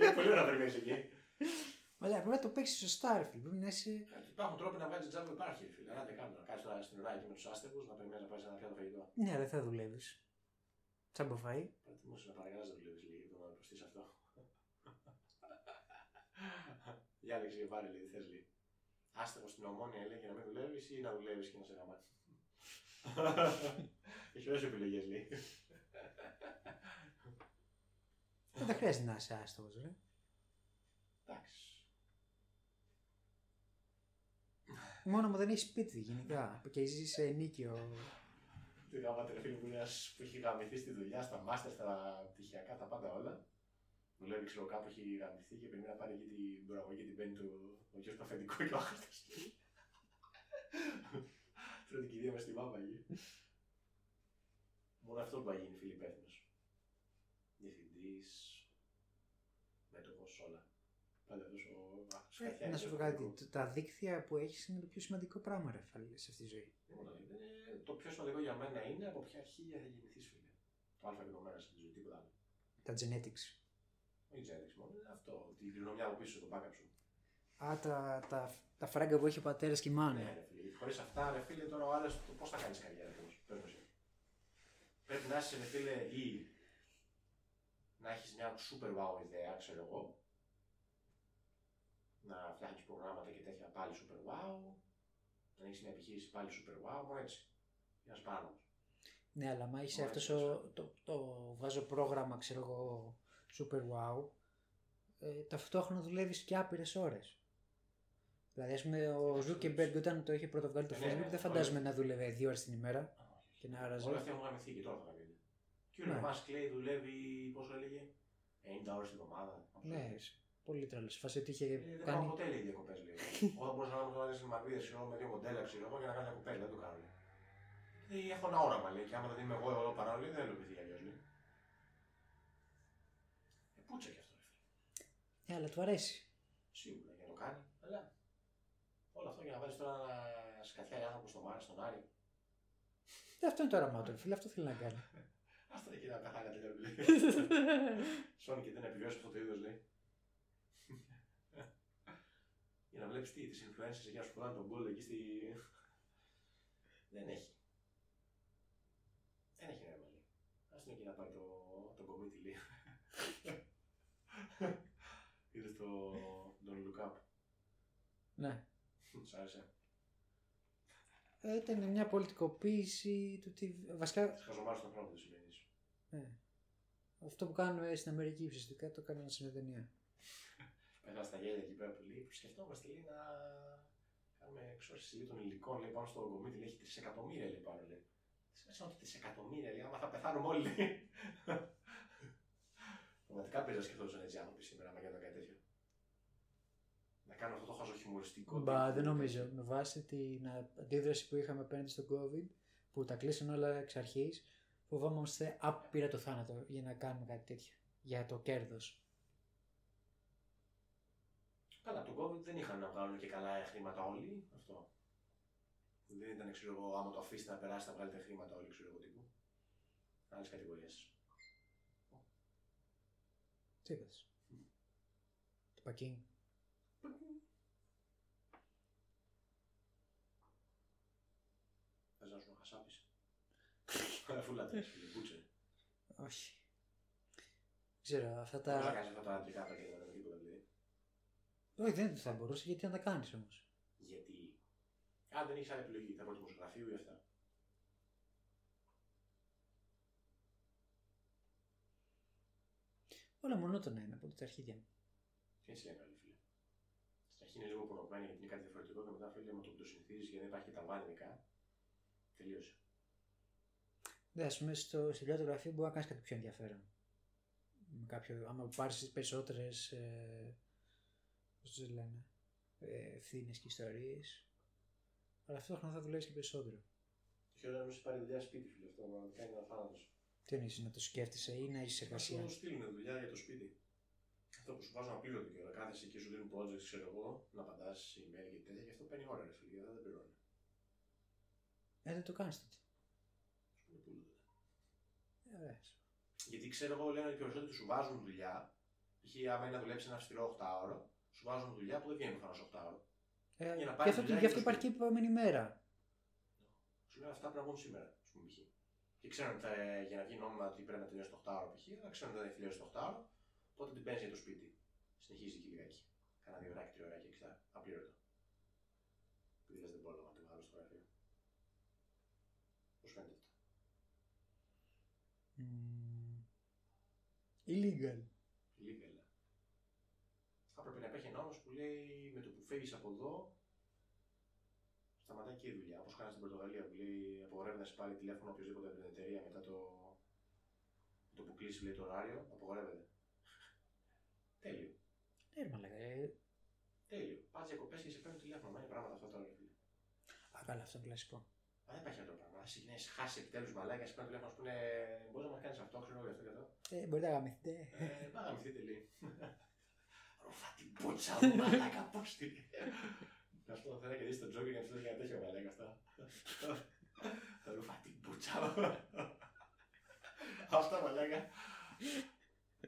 Speaker 2: Είναι πολύ ωραία να περιμένεις εκεί.
Speaker 1: Μαλάκα, πρέπει να το παίξεις σωστά, ρε φίλε. Πρέπει να είσαι.
Speaker 2: Υπάρχουν τρόποι να βγάλεις τζάμπο, υπάρχει φίλε. Να δεν κάνω. Να κάτσει τώρα στην ώρα εκεί με τους άστεγους, να περιμένεις να πάρεις ένα πιάτο φαγητό.
Speaker 1: Ναι, αλλά θα δουλεύεις. Τσαμποφάει.
Speaker 2: Προτιμούσε να παραγγέλνει να δουλεύεις λίγη εβδομάδα προ τι αυτό. Για λέξη και πάρε λίγη, θε λίγη. Άστεγος στην ομόνια λέει για να μην δουλεύεις ή να δουλεύεις και να σε γαμάει. Έχει ωραίες επιλογές λέει.
Speaker 1: Ε, Δεν τα χρειάζεται να είσαι άστοχος, ρε.
Speaker 2: Εντάξει.
Speaker 1: Μόνο μου δεν έχει σπίτι γενικά. Και ζει σε νίκιο.
Speaker 2: Τι γαμάτε ρε φίλε που, είναι ένας που έχει γαμηθεί στη δουλειά, στα μάστερ, στα πτυχιακά, τα πάντα όλα. Δουλεύει ξέρω κάπου, έχει γαμηθεί και περιμένει να πάρει εκεί την προαγωγή και την παίρνει το, ο γιος του αφεντικό και ο άχαρτος. Τρώει την κυρία μες στη μάπα εκεί. Μόνο αυτό μπορεί να γίνει φίλοι υπεύθυνος. Διευθυντής, μέτωπος, όλα. Πάντα τόσο
Speaker 1: Ε, Να σου πω κάτι. το- Τα δίκτυα που έχεις είναι το πιο σημαντικό πράγμα, ρε, φαλ- σε αυτή τη ζωή.
Speaker 2: Ε, Το πιο σημαντικό για μένα είναι από ποια χίλια θα γεννηθείς, φίλε. Το αλφα μέρα στην ζωής, τίποτα άλλο.
Speaker 1: Τα genetics.
Speaker 2: Δεν ξέρω μόνο, είναι αυτό. Την κληρονομιά από πίσω, το backup σου.
Speaker 1: Α, τα, τα, τα φράγκα που έχει ο πατέρας και η
Speaker 2: Ναι,
Speaker 1: μάνα.
Speaker 2: ρε φίλε. Χωρίς αυτά, ρε φίλε, τώρα ο άλλος πώς θα κάνεις καριέρα. ακριβώς. Πες μου εσύ. Πρέπει να είσαι, ρε φίλε, ή να έχεις μια super wow ιδέα, ξέρω εγώ. Να φτιάχνεις προγράμματα και τέτοια πάλι super wow. Να έχεις μια επιχείρηση πάλι super wow, μόνο έτσι. Ένας πάνω.
Speaker 1: Ναι, αλλά άμα είσαι
Speaker 2: Ωραία,
Speaker 1: αυτό
Speaker 2: τόσο.
Speaker 1: το, το, βάζω πρόγραμμα, ξέρω εγώ, super wow, ε, ταυτόχρονα δουλεύεις και άπειρες ώρες. Δηλαδή, ας πούμε, ο
Speaker 2: Εντάξει,
Speaker 1: Zuckerberg όταν το είχε πρώτο βγάλει το
Speaker 2: Ναι, ναι,
Speaker 1: Facebook,
Speaker 2: ναι,
Speaker 1: δεν
Speaker 2: όλα.
Speaker 1: φαντάζομαι να δούλευε δύο ώρες την ημέρα και να άραζε.
Speaker 2: Όλα αυτά έχουν γαμηθεί και τώρα θα γαμηθούν. Και ο
Speaker 1: Ναι.
Speaker 2: Ρωμά Κλέη δουλεύει, πόσο έλεγε, 90 ώρες την εβδομάδα.
Speaker 1: Ναι, πολύ τρελός. Σε φάση ότι
Speaker 2: Ε,
Speaker 1: είχε
Speaker 2: Δεν πάω
Speaker 1: κάνει.
Speaker 2: ποτέ λέει διακοπέ. Όταν μπορούσα να κάνω τώρα τι μαγειρίε με δύο μοντέλα ξέρω εγώ και να κάνω διακοπές, δεν το κάνω. λέει. Ε, Έχω ένα όραμα λέει και άμα δεν είμαι εγώ εδώ παρά λέει, δεν υλοποιηθεί αλλιώ. Ε, πούτσα κι αυτό. ρε φίλε.
Speaker 1: Ναι, αλλά του αρέσει.
Speaker 2: Σίγουρα για να το κάνει, αλλά όλο αυτό για να βάλεις τώρα να σκαθιάρει άνθρωπο στο Μάρι, στον Άρη.
Speaker 1: Ε, Αυτό είναι το όραμά του, ρε φίλε, αυτό θέλει να κάνει.
Speaker 2: Άστα εκεί να καθάρει να τελειώνει. λέει. Σώνει και δεν επιβιώσει αυτό το είδο, λέει. Για να βλέπεις τι, τις influencers εκεί να σου πουλάνε τον κόλλο εκεί στη. Δεν έχει. Δεν έχει νόημα, λέει. Ας είναι εκεί να πάρει το, το κομίτι, λέει. Είδες το. τον Look Up.
Speaker 1: ναι.
Speaker 2: Σ' άρεσε.
Speaker 1: Ε, Ήταν μια πολιτικοποίηση του τι. Βασικά
Speaker 2: Τη χαζομάρες στον χρόνο, δεν σημαίνει.
Speaker 1: αυτό που κάνουμε στην Αμερική ουσιαστικά το κάνουμε στην ταινία.
Speaker 2: Πέρα στα γέλια εκεί πέρα που λέει, που σκεφτόμαστε λέει να κάνουμε εξόρυξη λέει, των υλικών λέει, πάνω στο κομίτι, λέει, έχει τρισεκατομμύρια λέει πάνω. Λέει. Σημαίνει ότι τρισεκατομμύρια λέει, άμα θα πεθάνουμε όλοι. λέει. Πραγματικά παίζει να σκεφτόταν έτσι άνθρωποι σήμερα, άμα για κάτι τέτοιο. Να κάνω αυτό το χαζοχιουμοριστικό.
Speaker 1: Μπα,
Speaker 2: τύπου.
Speaker 1: δεν νομίζω. Με βάση την α, αντίδραση που είχαμε απέναντι στον COVID, που τα κλείσαν όλα εξ αρχής, φοβόμαστε άπειρα το θάνατο για να κάνουμε κάτι τέτοιο. Για το κέρδος.
Speaker 2: Καλά, τον COVID δεν είχαν να βγάλουν και καλά χρήματα όλοι. Αυτό. Δεν ήταν, ξέρω εγώ, άμα το αφήσεις να περάσει, θα βγάλετε χρήματα όλοι, ξέρω εγώ τύπου. Άλλες κατηγορίες.
Speaker 1: Τι είπες? Το πακίνγκ.
Speaker 2: Θες να σου χασάπεις. Αφού λατρεύεις, φίλε, κούτσε.
Speaker 1: Όχι. Ξέρω, αυτά
Speaker 2: Δεν θα
Speaker 1: τα.
Speaker 2: κάνεις αυτά τα αντρικά τα κέντρα, τα τίποτα δηλαδή.
Speaker 1: Όχι, δεν θα μπορούσε γιατί να τα κάνεις όμως.
Speaker 2: Γιατί, αν δεν έχεις άλλη επιλογή, θα πω δημοσιογραφείο ή αυτά.
Speaker 1: Όλα μονότονα είναι από τα αρχίδια μου.
Speaker 2: Έτσι λένε όλοι, φίλε. Στην αρχή είναι λίγο πονοκμένη γιατί είναι κάτι διαφορετικό και μετά, φίλε, με το που το συνηθίζεις γιατί δεν υπάρχει και τα βάνικα, τελείωσε.
Speaker 1: Δεν, α Ναι, πούμε, στο σε το γραφείο μπορεί να κάνεις κάτι πιο ενδιαφέρον. Με κάποιο, άμα πάρεις περισσότερες. Ε, Πώς τι λένε. Ευθύνες και ιστορίες. Αλλά αυτό θα δουλεύει και περισσότερο.
Speaker 2: Το χειρότερο είναι να πάρει δουλειά σπίτι, φίλε, αυτό πραγματικά είναι ένα θάνατος.
Speaker 1: Τι εννοείς να το σκέφτεσαι ή να είσαι σε
Speaker 2: Να
Speaker 1: εργασία.
Speaker 2: σου στείλουν δουλειά για το σπίτι. Αυτό που σου βάζουν απλήρωτο και να κάθεσαι εκεί, σου δίνουν project, ξέρω εγώ, να απαντάς email και τέτοια, και αυτό παίρνει ώρα, ρε φίλε, δεν πληρώνει.
Speaker 1: Ε, δεν το κάνεις τότε.
Speaker 2: Σου πούνε πού δουλεύεις.
Speaker 1: Ε, ωραία.
Speaker 2: Γιατί ξέρω εγώ, λένε ότι οι περισσότεροι σου βάζουν δουλειά. Π.χ. άμα είναι να δουλέψει ένα αυστηρό 8ωρο, σου βάζουν δουλειά που δεν βγαίνει πουθενά σε 8ωρο.
Speaker 1: Ε,
Speaker 2: Για να
Speaker 1: και
Speaker 2: πάρεις
Speaker 1: αυτό,
Speaker 2: δουλειά
Speaker 1: γι' αυτό
Speaker 2: και το
Speaker 1: υπάρχει και η επόμενη μέρα.
Speaker 2: Σου λένε αυτά πρέπει να βγουν σήμερα, ας πούμε. π.χ. Και ξέρουν ότι ε, για να βγει νόμιμα ότι πρέπει να τελειώσει το 8ωρο, π.χ. αλλά ξέρουν ότι δεν θα τελειώσει το 8ωρο, οπότε την παίζει για το σπίτι. Συνεχίζεις και λιγάκι. Κάνα δύο ωράκι, τρία ωράκια, εξά. Απλήρωτο. Επειδή λες, δεν μπορώ να το βγάλω στο γραφείο. Πώς φαίνεται αυτό.
Speaker 1: Μμμ. Illegal.
Speaker 2: που λέει με το που φεύγεις από εδώ, σταματάει και η δουλειά. Όπως κάνεις στην Πορτογαλία που λέει απογορεύεται να σε πάρει τηλέφωνο οποιοδήποτε από την εταιρεία μετά το, το που κλείσει λέει, το ωράριο, απογορεύεται. Τέλειο.
Speaker 1: Ναι, ρε μαλάκα. Ε,
Speaker 2: Τέλειο. Πας διακοπές και σε παίρνει τηλέφωνο. Μα είναι πράγματα αυτά τώρα. ρε φίλε.
Speaker 1: α, καλά, αυτό είναι κλασικό.
Speaker 2: Μα δεν υπάρχει άλλο πράγμα. Ας ξεκινήσει, χάσει επιτέλους μαλάκια, σε παίρνει τηλέφωνο που είναι. Μπορείς να μας κάνεις αυτό, ξέρω εγώ γι' αυτό και αυτό.
Speaker 1: Ε, μπορείτε να γαμηθείτε.
Speaker 2: Ε, Πάμε να μυθείτε λέει. Ρουφά την πούτσα μου, μαλάκα, πώς την... Να σου πω, θα και δεις τον Τζόκερ να σου λέει ένα τέτοιο μαλάκα αυτά. Ρουφά την πούτσα μου. Αυτά μαλάκα.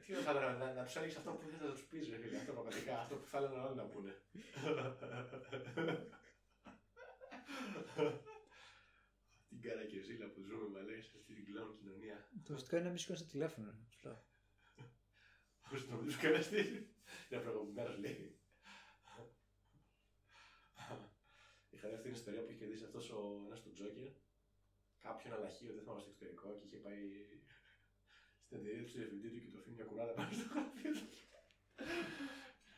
Speaker 2: Τι θα έλεγα, να, να τους έλεγες αυτό που δεν θα τους πεις, ρε φίλε, αυτό πραγματικά, αυτό που θα έλεγαν όλοι να πούνε. Την καρακεζίλα που ζούμε μαλάκα σε αυτή την κλάουν κοινωνία.
Speaker 1: Το ουσιαστικό είναι να μην σηκώνεις το τηλέφωνο. ρε. Σου λέω.
Speaker 2: Πώς το βλέπει κανένας τι. Είναι προηγουμένως λέει. Είχα δει αυτή την ιστορία που είχε κερδίσει αυτός ο ένας του Τζόκερ. Κάποιον αλαχείο, δεν θυμάμαι στο εξωτερικό, και είχε πάει στην εταιρεία του διευθυντή του και το αφήνει μια κουράτα πάνω στο γραφείο του.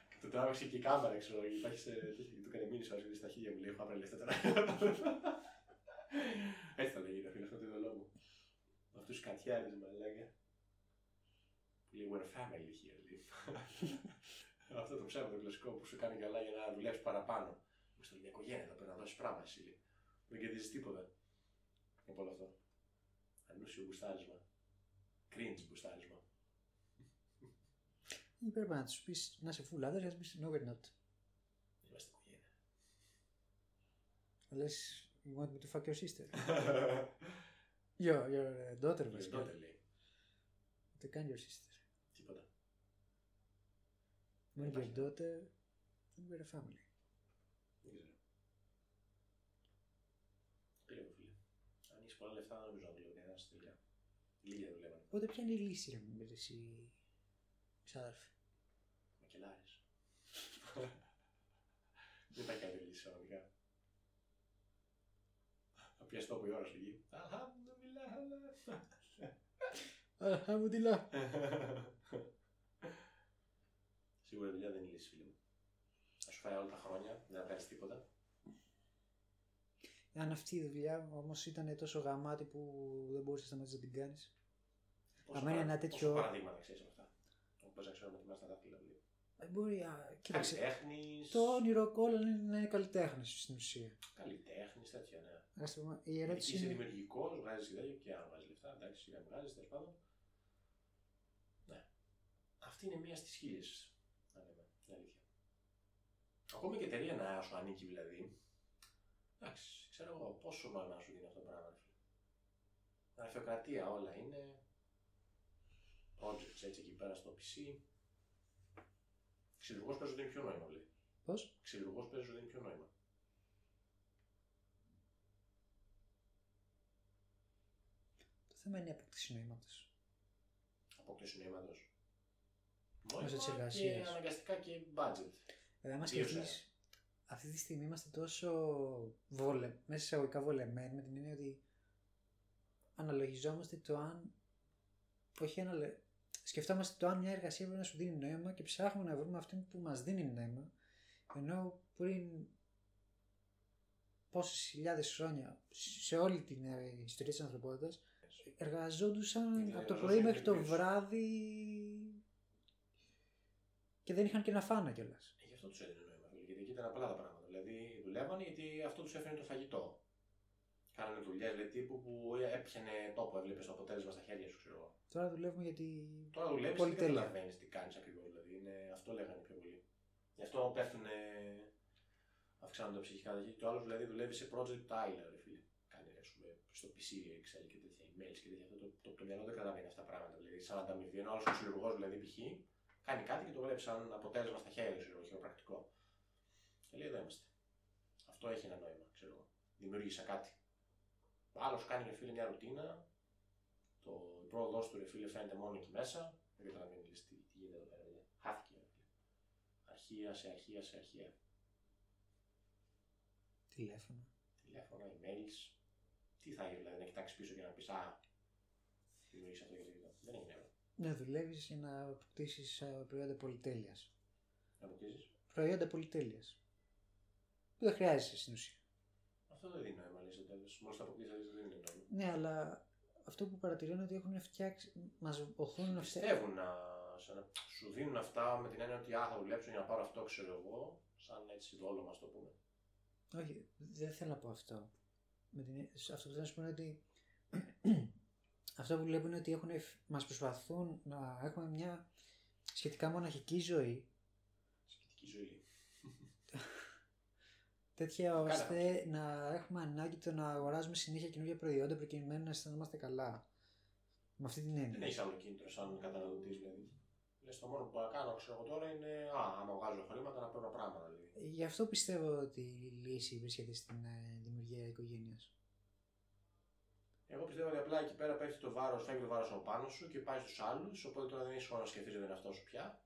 Speaker 2: Και του τράβηξε και η κάμερα, ξέρω εγώ. Υπάρχει σε τέτοιο και του έκανε μήνυμα σου στα χέρια μου. Λέει: Έχω άπρα λεφτά τώρα. Έτσι θα λέγεται, φίλε, αυτό το είδωλό μου. Αυτούς τους κατιάρε, μαλάκα. Λέει, we're family here, λέει. Αυτό το ψέμα το κλασικό που σου κάνει καλά για να δουλέψεις παραπάνω. Μου στέλνει μια οικογένεια εδώ πέρα να δώσεις πράγμα, εσύ λέει. Δεν κερδίζεις τίποτα από όλο αυτό. Ανούσιο μπουστάρισμα. Cringe μπουστάρισμα.
Speaker 1: Ή πρέπει να τους πεις να είσαι full άντρας και να τους πεις no, we're not.
Speaker 2: Είμαστε οικογένεια.
Speaker 1: Λες, you want me to fuck your sister. Your, your daughter,
Speaker 2: Λες
Speaker 1: βασικά.
Speaker 2: τότε λέει.
Speaker 1: Το κάνει your sister.
Speaker 2: Τίποτα.
Speaker 1: Not your
Speaker 2: Υπάρχει.
Speaker 1: daughter, we're a family.
Speaker 2: Δεν ξέρω. Πήρε μου φίλε. Αν είσαι πολλά λεφτά, δεν νομίζω να δουλεύει κανένα στη δουλειά. Λίγια ναι. δουλεύανε.
Speaker 1: Οπότε ποια είναι η λύση, ρε μου, εσύ, ξάδερφε.
Speaker 2: Μακελάρες. Δεν υπάρχει άλλη λύση πραγματικά. Θα πιαστώ από η ώρα σου γη. Αλχαμδουλιλά.
Speaker 1: Αλχαμδουλά.
Speaker 2: Σίγουρα η δουλειά δεν είναι λύση, φίλε μου. Θα σου φάει όλα τα χρόνια, δεν θα κάνει τίποτα.
Speaker 1: Αν αυτή η δουλειά όμως ήταν τόσο γαμάτη που δεν μπορούσες να σταματήσεις να την κάνεις.
Speaker 2: Πόσο
Speaker 1: Αμένα
Speaker 2: παρα-
Speaker 1: ένα
Speaker 2: πόσο
Speaker 1: τέτοιο-
Speaker 2: παραδείγματα ξέρεις αυτά. Όπως να ξέρω να κοιμάσαι τα δάχτυλα. δηλαδή.
Speaker 1: Δεν μπορεί. Α, κοίταξε.
Speaker 2: Καλλιτέχνης,
Speaker 1: Το όνειρο κόλλα είναι να είναι καλλιτέχνης στην ουσία.
Speaker 2: Καλλιτέχνης, τέτοια, ναι.
Speaker 1: Ας το πούμε, η
Speaker 2: Γιατί
Speaker 1: ερώτηση
Speaker 2: Είσαι
Speaker 1: είναι.
Speaker 2: δημιουργικός, βγάζεις ιδέες και αν βγάζει λεφτά, εντάξει, σιγά μην βγάζει, τέλος πάντων. Ναι. Αυτή είναι μία στις χίλιες. Να λέμε την αλήθεια. Ακόμη και η εταιρεία να σου ανήκει δηλαδή. Εντάξει, ξέρω εγώ πόσο νόημα σου δίνει αυτό το πράγμα. ρε φίλε. Γραφειοκρατία όλα είναι. Projects έτσι εκεί πέρα στο PC. Ξυλουργό παίζει δίνει πιο νόημα, λέει.
Speaker 1: Πώς?
Speaker 2: Ξυλουργός παίζει δίνει πιο νόημα.
Speaker 1: Το θέμα είναι η απόκτηση νοήματο.
Speaker 2: Αποκτήσει νοήματο.
Speaker 1: της
Speaker 2: Νόημα και
Speaker 1: εργασίας.
Speaker 2: αναγκαστικά και budget.
Speaker 1: Δηλαδή, άμα
Speaker 2: Δύο
Speaker 1: σκεφτεί, αυτή τη στιγμή είμαστε τόσο βολε, μέσα σε εγωικά βολεμένοι με την έννοια ότι αναλογιζόμαστε το αν. Όχι, αναλε... σκεφτόμαστε το αν μια εργασία πρέπει να σου δίνει νόημα και ψάχνουμε να βρούμε αυτή που μας δίνει νόημα. Ενώ πριν πόσες χιλιάδες χρόνια σε όλη την ε, ιστορία της ανθρωπότητας εργαζόντουσαν
Speaker 2: Γιατί
Speaker 1: από το
Speaker 2: εργαζόντουσαν
Speaker 1: πρωί
Speaker 2: και
Speaker 1: μέχρι το
Speaker 2: πίσω.
Speaker 1: βράδυ και δεν είχαν και να φάνε κιόλας.
Speaker 2: Ε, Γι' αυτό τους έδινε νόημα. φίλε, Γιατί εκεί ήταν απλά τα πράγματα. Δηλαδή δουλεύανε γιατί αυτό τους έφερε το φαγητό. Κάνανε δουλειές δηλαδή, τύπου που έπιανε τόπο, έβλεπες το αποτέλεσμα στα χέρια σου, ξέρω εγώ.
Speaker 1: Τώρα δουλεύουμε γιατί.
Speaker 2: Τώρα δουλεύεις και δεν
Speaker 1: Πολυτέλεια.
Speaker 2: καταλαβαίνεις τι κάνεις ακριβώς. Δηλαδή είναι, αυτό λέγανε πιο πολύ. Γι' αυτό πέφτουν. αυξάνονται τα ψυχικά δηλαδή. Το άλλος δηλαδή δουλεύει σε project Tyler, ρε φίλε. Κάνει ας πούμε, στο PC, Excel και τέτοια emails και τέτοια. Αυτό το, το, το μυαλό δεν καταλαβαίνει αυτά τα πράγματα. Δηλαδή, σαν ανταμοιβή. Ενώ άλλος ο συλλογό δηλαδή π.χ. κάνει κάτι και το βλέπει σαν αποτέλεσμα στα χέρια σου, χειροπρακτικό. Και λέει εδώ είμαστε. Αυτό έχει ένα νόημα, ξέρω εγώ. Δημιούργησα κάτι. Άλλος κάνει ρε φίλε μια ρουτίνα, το η πρόοδος του ρε φίλε φαίνεται μόνο εκεί μέσα. Δεν καταλαβαίνει λες, τι, τι γίνεται εδώ πέρα. παιδιά. Χάθηκε. ρε φίλε. Αρχεία σε αρχεία σε αρχεία.
Speaker 1: Τηλέφωνο.
Speaker 2: Τηλέφωνα, emails. Τι θα γίνει δηλαδή να κοιτάξεις πίσω και να πεις Α, δημιουργήσα αυτό και το και το». Δεν έγινε αυτό.
Speaker 1: Ναι, δουλεύει για να αποκτήσει προϊόντα πολυτέλειας.
Speaker 2: Να αποκτήσεις.
Speaker 1: ε, προϊόντα πολυτέλειας. Που δεν χρειάζεσαι στην ουσία.
Speaker 2: Αυτό δεν δίνει νόημα, λε στο τέλος. Μόλι τα αποκτήσει, δεν είναι νόημα.
Speaker 1: Ναι, αλλά αυτό που παρατηρώ είναι ότι έχουν φτιάξει. Μας οθούν να φτιάξουν.
Speaker 2: Πιστεύουν να, σαν να σου δίνουν αυτά με την έννοια ότι α, θα δουλέψω για να πάρω αυτό, ξέρω εγώ, σαν έτσι δόλωμα, α το πούμε.
Speaker 1: Όχι, δεν θέλω να πω αυτό. Με την... Αυτό που θέλω να σου πω είναι ότι αυτό που βλέπουν είναι ότι έχουν... μας προσπαθούν να έχουμε μια σχετικά μοναχική ζωή
Speaker 2: Σχετική ζωή.
Speaker 1: τέτοια
Speaker 2: Καλά.
Speaker 1: ώστε να έχουμε ανάγκη το να αγοράζουμε συνέχεια καινούργια προϊόντα προκειμένου να αισθανόμαστε καλά. Με αυτή την έννοια.
Speaker 2: Δεν έχει άλλο κίνητρο σαν καταναλωτής, δηλαδή. Λες το μόνο που μπορώ να κάνω, ξέρω εγώ τώρα, είναι α, άμα βγάζω χρήματα να παίρνω πράγματα, δηλαδή.
Speaker 1: Γι' αυτό πιστεύω ότι η λύση βρίσκεται στην ε, δημιουργία οικογένειας.
Speaker 2: Εγώ πιστεύω ότι απλά εκεί πέρα πέφτει το βάρος, φεύγει το βάρος από πάνω σου και πάει στους άλλους. Οπότε τώρα δεν έχεις χρόνο να σκεφτείς τον εαυτό σου πια.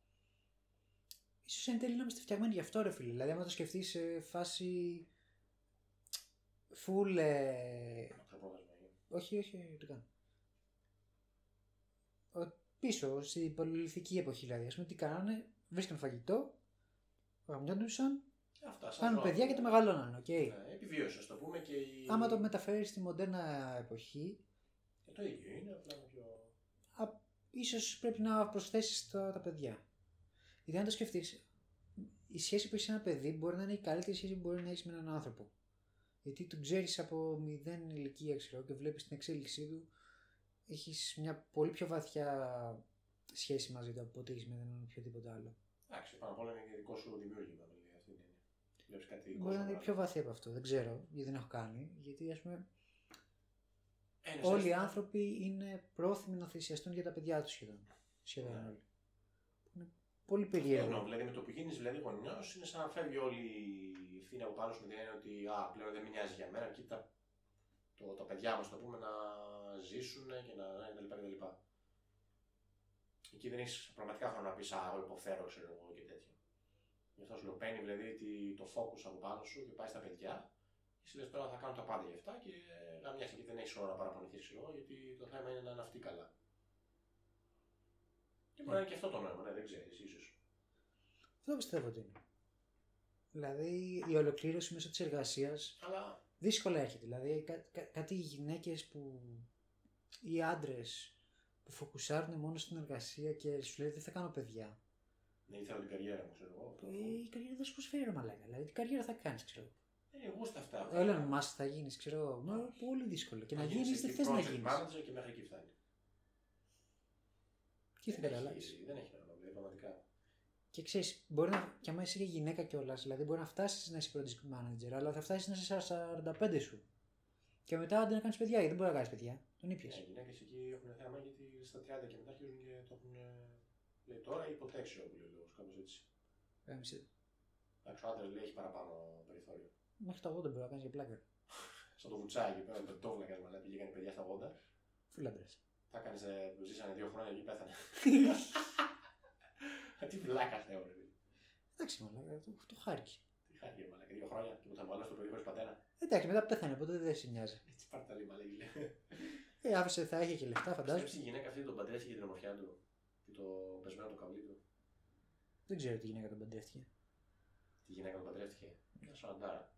Speaker 1: σω εν τέλει να είμαστε φτιαγμένοι γι' αυτό, ρε φίλε. Δηλαδή, άμα το σκεφτείς σε φάση. Full. ε,
Speaker 2: Μακροπρόθεσμα είναι.
Speaker 1: Όχι, όχι, ερωτικά. Ο- Πίσω, στην πολυληθική εποχή δηλαδή. Ας πούμε, τι κάνανε, βρίσκαν φαγητό, γαμιόντουσαν,
Speaker 2: Αυτά. σαν
Speaker 1: κάνουν
Speaker 2: δρόμο.
Speaker 1: παιδιά και το μεγαλώναν, οκ.
Speaker 2: Ναι, επιβίωσε, ας το πούμε και η...
Speaker 1: Άμα το μεταφέρεις στη μοντέρνα εποχή,
Speaker 2: Ε, το ίδιο είναι, απλά είναι πιο.
Speaker 1: ίσως πρέπει να προσθέσεις τα παιδιά. Γιατί αν το σκεφτείς, η σχέση που έχεις ένα παιδί μπορεί να είναι η καλύτερη σχέση που μπορεί να έχεις με έναν άνθρωπο. Γιατί του ξέρεις από μηδέν ηλικία, ξέρω, και βλέπεις την εξέλιξή του. Έχεις μια πολύ πιο βαθιά σχέση μαζί του από ό,τι έχεις με έναν οποιοδήποτε άλλο.
Speaker 2: Εντάξει, πάνω απ' όλα είναι και δικό σου δημιούργημα. Δηλαδή, αυτή είναι. Βλέπει κάτι δικό
Speaker 1: Μπορεί
Speaker 2: σου
Speaker 1: να
Speaker 2: πράγμα.
Speaker 1: είναι πιο βαθύ από αυτό, δεν ξέρω, γιατί δεν έχω κάνει. Γιατί, ας πούμε,
Speaker 2: Ένας
Speaker 1: όλοι οι
Speaker 2: αισθ-
Speaker 1: άνθρωποι είναι πρόθυμοι να θυσιαστούν για τα παιδιά τους σχεδόν. Σχεδόν
Speaker 2: Ναι.
Speaker 1: όλοι. Είναι πολύ
Speaker 2: Αυτό
Speaker 1: περίεργο.
Speaker 2: εννοώ, Δηλαδή, με το που γίνεις δηλαδή γονιός, είναι σαν να φεύγει όλη η ευθύνη από πάνω σου με την έννοια ότι α, πλέον δεν με νοιάζει για μένα. Κοίτα το, τα παιδιά μας, το πούμε, να ζήσουν και να κτλ. κτλ. Εκεί δεν έχεις πραγματικά χρόνο να πεις Α, εγώ υποφέρω, ξέρω εγώ και τέτοιο. Γι' αυτό σου λέω: Παίρνει δηλαδή τη- το focus από πάνω σου και πάει στα παιδιά. Εσύ λες τώρα θα κάνω τα πάντα γι' αυτά και να μοιάζει και δεν έχεις ώρα να παραπονηθεί, ξέρω εγώ, γιατί το θέμα είναι να είναι αυτοί καλά. Και μπορεί να είναι και αυτό το νόημα, ναι, δεν ξέρεις, ίσω.
Speaker 1: Αυτό πιστεύω ότι είναι. Δηλαδή η ολοκλήρωση μέσω της εργασίας
Speaker 2: Αλλά
Speaker 1: δύσκολα έρχεται. Δηλαδή κα, κα- κάτι γυναίκες που. ή άντρες που φοκουσάρουν μόνο στην εργασία και σου λέει δεν θα κάνω παιδιά.
Speaker 2: ναι, ήθελα την καριέρα μου, ξέρω εγώ.
Speaker 1: Ε, η καριέρα δεν σου προσφέρει ρε μαλάκα. Δηλαδή τι καριέρα θα κάνεις, ξέρω.
Speaker 2: Ε, εγώ στα αυτά.
Speaker 1: Ο Έλλον Μάσ θα γίνεις, ξέρω. Μα πολύ δύσκολο. Και να
Speaker 2: γίνεις
Speaker 1: γίνεις δεν
Speaker 2: εκεί
Speaker 1: θες να
Speaker 2: project
Speaker 1: γίνεις.
Speaker 2: manager και μέχρι εκεί φτάνει.
Speaker 1: Και θα
Speaker 2: Δεν
Speaker 1: καταλάβει.
Speaker 2: έχει- Δεν έχει νόημα, δηλαδή, πραγματικά.
Speaker 1: Και ξέρεις, μπορεί να. και άμα είσαι και γυναίκα κιόλας, δηλαδή μπορεί να φτάσεις να είσαι project manager, αλλά θα φτάσεις να είσαι στα 45 σου. Και μετά άντε να κάνεις παιδιά, γιατί δεν μπορεί να κάνεις παιδιά. Τον ήπια.
Speaker 2: Οι γυναίκες εκεί έχουν θέμα γιατί στα 30 και μετά αρχίζουν και το έχουν. ε, Λέει τώρα ή ποτέ, ξέρω που λέει ο λόγος, κάπως έτσι. Ναι.
Speaker 1: Γάμισε.
Speaker 2: Εντάξει, ο άντρα λέει έχει παραπάνω περιθώριο.
Speaker 1: Μέχρι τα 80 μπορεί να κάνεις για πλάκα.
Speaker 2: Σαν το βουτσάκι εκεί πέρα, το βλάκα μα πήγε κάνει παιδιά στα 80.
Speaker 1: Φουλ άντρα.
Speaker 2: Τα κάνει, ζήσανε δύο χρόνια και πέθανε. Τι βλάκα θεωρεί.
Speaker 1: Εντάξει, μαλάκα, το, το χάρηκε.
Speaker 2: Τι χάρηκε, μαλάκα, δύο χρόνια και μου τα βάλω στο παιδί χωρί πατέρα.
Speaker 1: Εντάξει, μετά πέθανε, οπότε δεν σε νοιάζει.
Speaker 2: Έτσι πάρτε τα λίμα, λέει.
Speaker 1: Ε, άφησε, θα είχε και λεφτά, φαντάζομαι.
Speaker 2: Φαντάζεσαι η γυναίκα αυτή τον παντρεύτηκε την ομορφιά του και το πεσμένο το καβλί του.
Speaker 1: δεν ξέρω τι γυναίκα τον παντρεύτηκε.
Speaker 2: Τη γυναίκα τον παντρεύτηκε.
Speaker 1: Ναι.
Speaker 2: Μια σαραντάρα.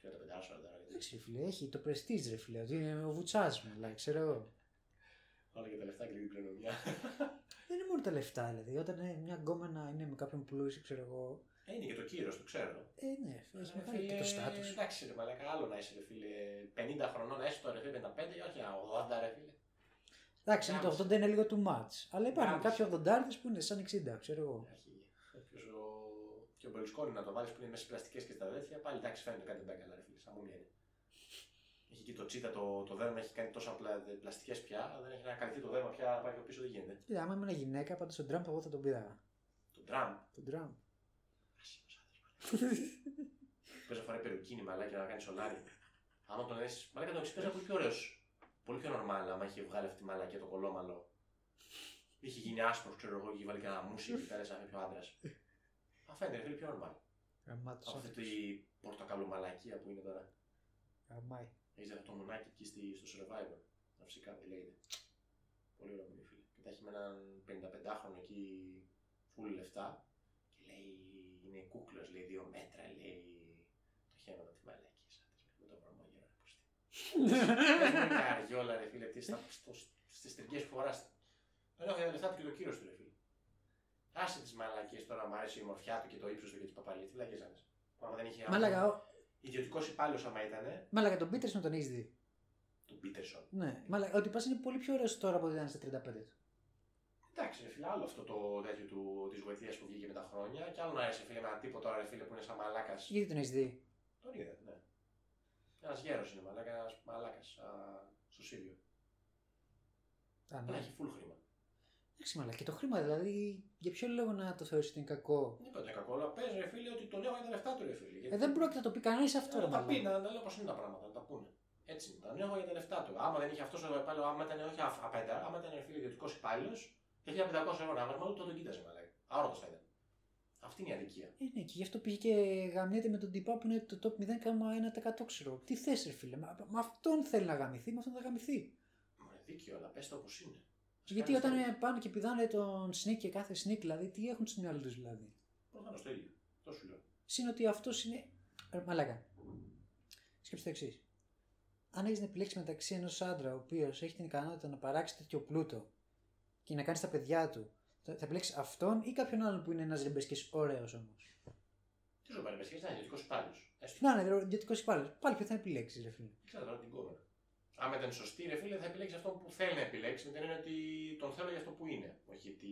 Speaker 2: Ποια τα πεντάρα σαραντάρα. γιατί
Speaker 1: Εντάξει, ρε φίλε, έχει το prestige, ρε φίλε. Ότι είναι ο βουτσάς μου, αλλά ξέρω εγώ.
Speaker 2: Όλα και τα λεφτά και την κληρονομιά.
Speaker 1: Δεν είναι μόνο τα λεφτά, δηλαδή. Όταν ε, μια γκόμενα είναι με κάποιον πλούσιο, ξέρω εγώ.
Speaker 2: Ε, είναι και το κύριο, το ξέρω.
Speaker 1: Ε, ναι, έχει
Speaker 2: Ε,
Speaker 1: μεγάλο και
Speaker 2: φίλε,
Speaker 1: το στάτους.
Speaker 2: Εντάξει, ρε μαλακά, άλλο να είσαι, ρε φίλε. 50 χρονών να είσαι τώρα, ρε φίλε, 55 ή όχι, ένα 80, ρε φίλε.
Speaker 1: Εντάξει, είναι το
Speaker 2: Γάμισε.
Speaker 1: 80 είναι λίγο too much. Αλλά υπάρχουν
Speaker 2: Γάμισε.
Speaker 1: κάποιοι οδοντάρδε που είναι σαν 60, ξέρω εγώ.
Speaker 2: Έχει. Όποιος ο και ο Μπελσκόνη να το βάλεις που είναι μέσα στις πλαστικές και στα τέτοια, πάλι εντάξει, φαίνεται κάτι δεν πάει καλά, ρε φίλε. Σαν μουμια είναι. Έχει εκεί το τσίτα, το, το δέρμα έχει κάνει τόσα πλαστικές πια, δεν έχει να καλυφθεί το δέρμα πια, να πάει πιο πίσω δεν γίνεται.
Speaker 1: Κοίτα, άμα ήμουν γυναίκα, πάντως τον Τραμπ εγώ θα τον πήρα.
Speaker 2: Τον Τραμπ.
Speaker 1: Τον Τραμπ.
Speaker 2: Πες να φοράει περουκίνη μαλάκι να κάνει σολάρι. Άμα τον έσει. Μαλάκα τον εξυπέζα πολύ πιο ωραίος. Πολύ πιο normal άμα είχε βγάλει αυτή τη μαλακία το κολόμαλο. Είχε γίνει άσπρος, ξέρω εγώ, και είχε βάλει και ένα μουσί εκεί πέρα σαν κάποιο άντρας. Αφέντε, ρε φίλε, πιο normal.
Speaker 1: Γαμάτος.
Speaker 2: Από αυτή τη πορτοκαλομαλακία που είναι τώρα.
Speaker 1: Γαμάει.
Speaker 2: Έχεις αυτό το μουνάκι εκεί στη- στο survivor. Να φυσικά που λέγεται. Πολύ ωραίο παιδί, φίλε. Και τα έχει με έναν 55χρονο εκεί, φούλη λεφτά. Και λέει, είναι είναι κούκλος, λέει δύο μέτρα, λέει. Το χαίρομαι με τη μαλακή σαν με τον βρωμόγερο. ρε, πώς τη- Δεν είναι καριόλα, ρε φίλε, τι στι τρικέ φορά. Δεν έχω για «Ε, λεφτά του και το κύριο του, ρε φίλε. Άσε τις μαλακίες τώρα, μου αρέσει η μορφιά του και το ύψος του και τις παπαριέ. Τι βλακίες άνε. Άμα δεν είχε
Speaker 1: Μαλάκα, ο-
Speaker 2: Ιδιωτικός υπάλληλος, άμα ήταν,
Speaker 1: μαλάκα, τον Πίτερσον τον έχεις δει.
Speaker 2: του Πίτερσον.
Speaker 1: Ναι, μαλάκα, ο τυπά είναι πολύ πιο ωραίος τώρα από ότι ήταν στα 35 του.
Speaker 2: Εντάξει, ρε φίλε, άλλο αυτό το τέτοιο του, της γοητείας που βγήκε με τα χρόνια. Και άλλο να είσαι φίλε με έναν τύπο τώρα, ρε φίλε, που είναι σαν μαλάκας.
Speaker 1: Γιατί τον έχεις δει.
Speaker 2: Τον είδα, ναι. Ένας γέρος είναι μαλάκα, ένας μαλάκας στο Σύριο.
Speaker 1: Α,
Speaker 2: Αλλά
Speaker 1: ναι.
Speaker 2: έχει full χρήμα.
Speaker 1: Εντάξει, μαλάκα, και το χρήμα δηλαδή, για ποιο λόγο να το θεωρήσει ότι είναι κακό.
Speaker 2: Δεν είπα ότι είναι κακό, αλλά πες ρε φίλε ότι τον έχω για τα λεφτά του, ρε φίλε. Ε,
Speaker 1: Ε, δεν πρόκειται να το πει ναι. κανείς αυτό, ρε
Speaker 2: να τα πει,
Speaker 1: μαλάκα.
Speaker 2: να, να λέω πώς είναι τα πράγματα, να τα πούνε. Έτσι είναι. Τον έχω για τα λεφτά του. Άμα δεν είχε αυτός ο υπάλληλος, άμα ήταν όχι αφ- απέντα, άμα ήταν ρε φίλε ιδιωτικός υπάλληλος, και 1500 ευρώ να βρει, τότε τον κοίταζε μαλάκα. Άρωτος θα ήταν. Αυτή είναι η αδικία.
Speaker 1: Ε, ναι, και γι' αυτό πήγε και γαμνιέται με τον τυπά που είναι το top 0,1% ξέρω. Τι θες, ρε φίλε, μα, μα αυτόν θέλει να γαμηθεί, με αυτόν θα γαμηθεί.
Speaker 2: Μωρέ, δίκιο, αλλά πες το όπως είναι. Ας
Speaker 1: Γιατί
Speaker 2: κάνεις
Speaker 1: όταν
Speaker 2: το-
Speaker 1: ε, πάνε και πηδάνε τον Σνίκ και κάθε Σνίκ, δηλαδή, τι έχουν στο μυαλό τους δηλαδή.
Speaker 2: Προφανώς το ίδιο. Το σου λέω.
Speaker 1: Συν ότι αυτός είναι. Ρε, μαλάκα. Σκέψτε το εξής. Αν έχεις να επιλέξεις μεταξύ ενός άντρα ο οποίος έχει την ικανότητα να παράξει τέτοιο πλούτο και να κάνεις τα παιδιά του, θα θα επιλέξεις αυτόν ή κάποιον άλλον που είναι ένας ρεμπεσκή ωραίος όμως.
Speaker 2: Τι σου παρεμπεσχέσει, ήταν ιδιωτικός υπάλληλος. Έστω.
Speaker 1: Να είναι ιδιωτικό υπάλληλο. Πάλι ποιο θα επιλέξεις, ρε φίλε.
Speaker 2: Δεν ξέρω τώρα την κόμμα. Άμα ήταν σωστή, ρε φίλε, θα επιλέξεις αυτό που θέλει να επιλέξει, με την έννοια ότι τον θέλω για αυτό που είναι. Όχι γιατί.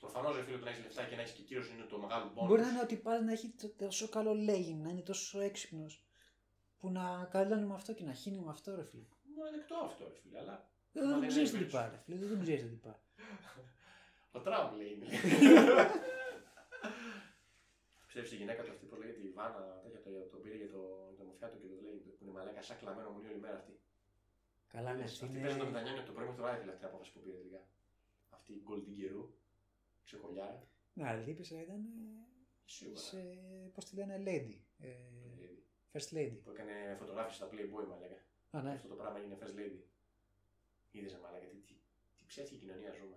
Speaker 2: Προφανώ, ρε φίλε, το να έχεις λεφτά και να έχεις και κύριος είναι το μεγάλο πόνο.
Speaker 1: Μπορεί να είναι ότι πάλι να έχει τ- τόσο καλό λέγει, να είναι τόσο έξυπνος που να καλάνει με αυτό και να χύνει με αυτό, ρε φίλε.
Speaker 2: Μπορεί να είναι δεκτό αυτό, ρε φίλε, αλλά.
Speaker 1: Δεν
Speaker 2: Μα
Speaker 1: τον
Speaker 2: δεν
Speaker 1: ξέρεις
Speaker 2: είναι
Speaker 1: τον τυπά,
Speaker 2: περίπτωση.
Speaker 1: ρε φίλε. Δεν τον ξέρει τον τυπά.
Speaker 2: Ο Τραμπ λέει είναι. Πιστεύει η γυναίκα του αυτή που λέγεται η Βάνα, τέτοια, το- τον πήρε για το, για το μοφιά του και το λέει που είναι μαλάκα, σαν κλαμμένο μου όλη μέρα αυτή.
Speaker 1: Καλά, ναι,
Speaker 2: Αυτή
Speaker 1: είναι-
Speaker 2: παίζει να μετανιώνει από το πρωί μέχρι το βράδυ δηλαδή, την απόφαση που πήρε τελικά. Αυτή η γκολ την καιρού, ξεκολιάρα.
Speaker 1: Ναι, αλλά είπε ήταν ε,
Speaker 2: Σίγουρα.
Speaker 1: σε. Πώς τη λένε, lady. ε,
Speaker 2: Lady.
Speaker 1: First lady.
Speaker 2: Που έκανε φωτογράφηση στα Playboy, μα λέγα.
Speaker 1: Α, ναι.
Speaker 2: Αυτό το πράγμα έγινε first lady. Είδες, μα λέγα, τι, τι, τι ψεύτικη κοινωνία ζούμε.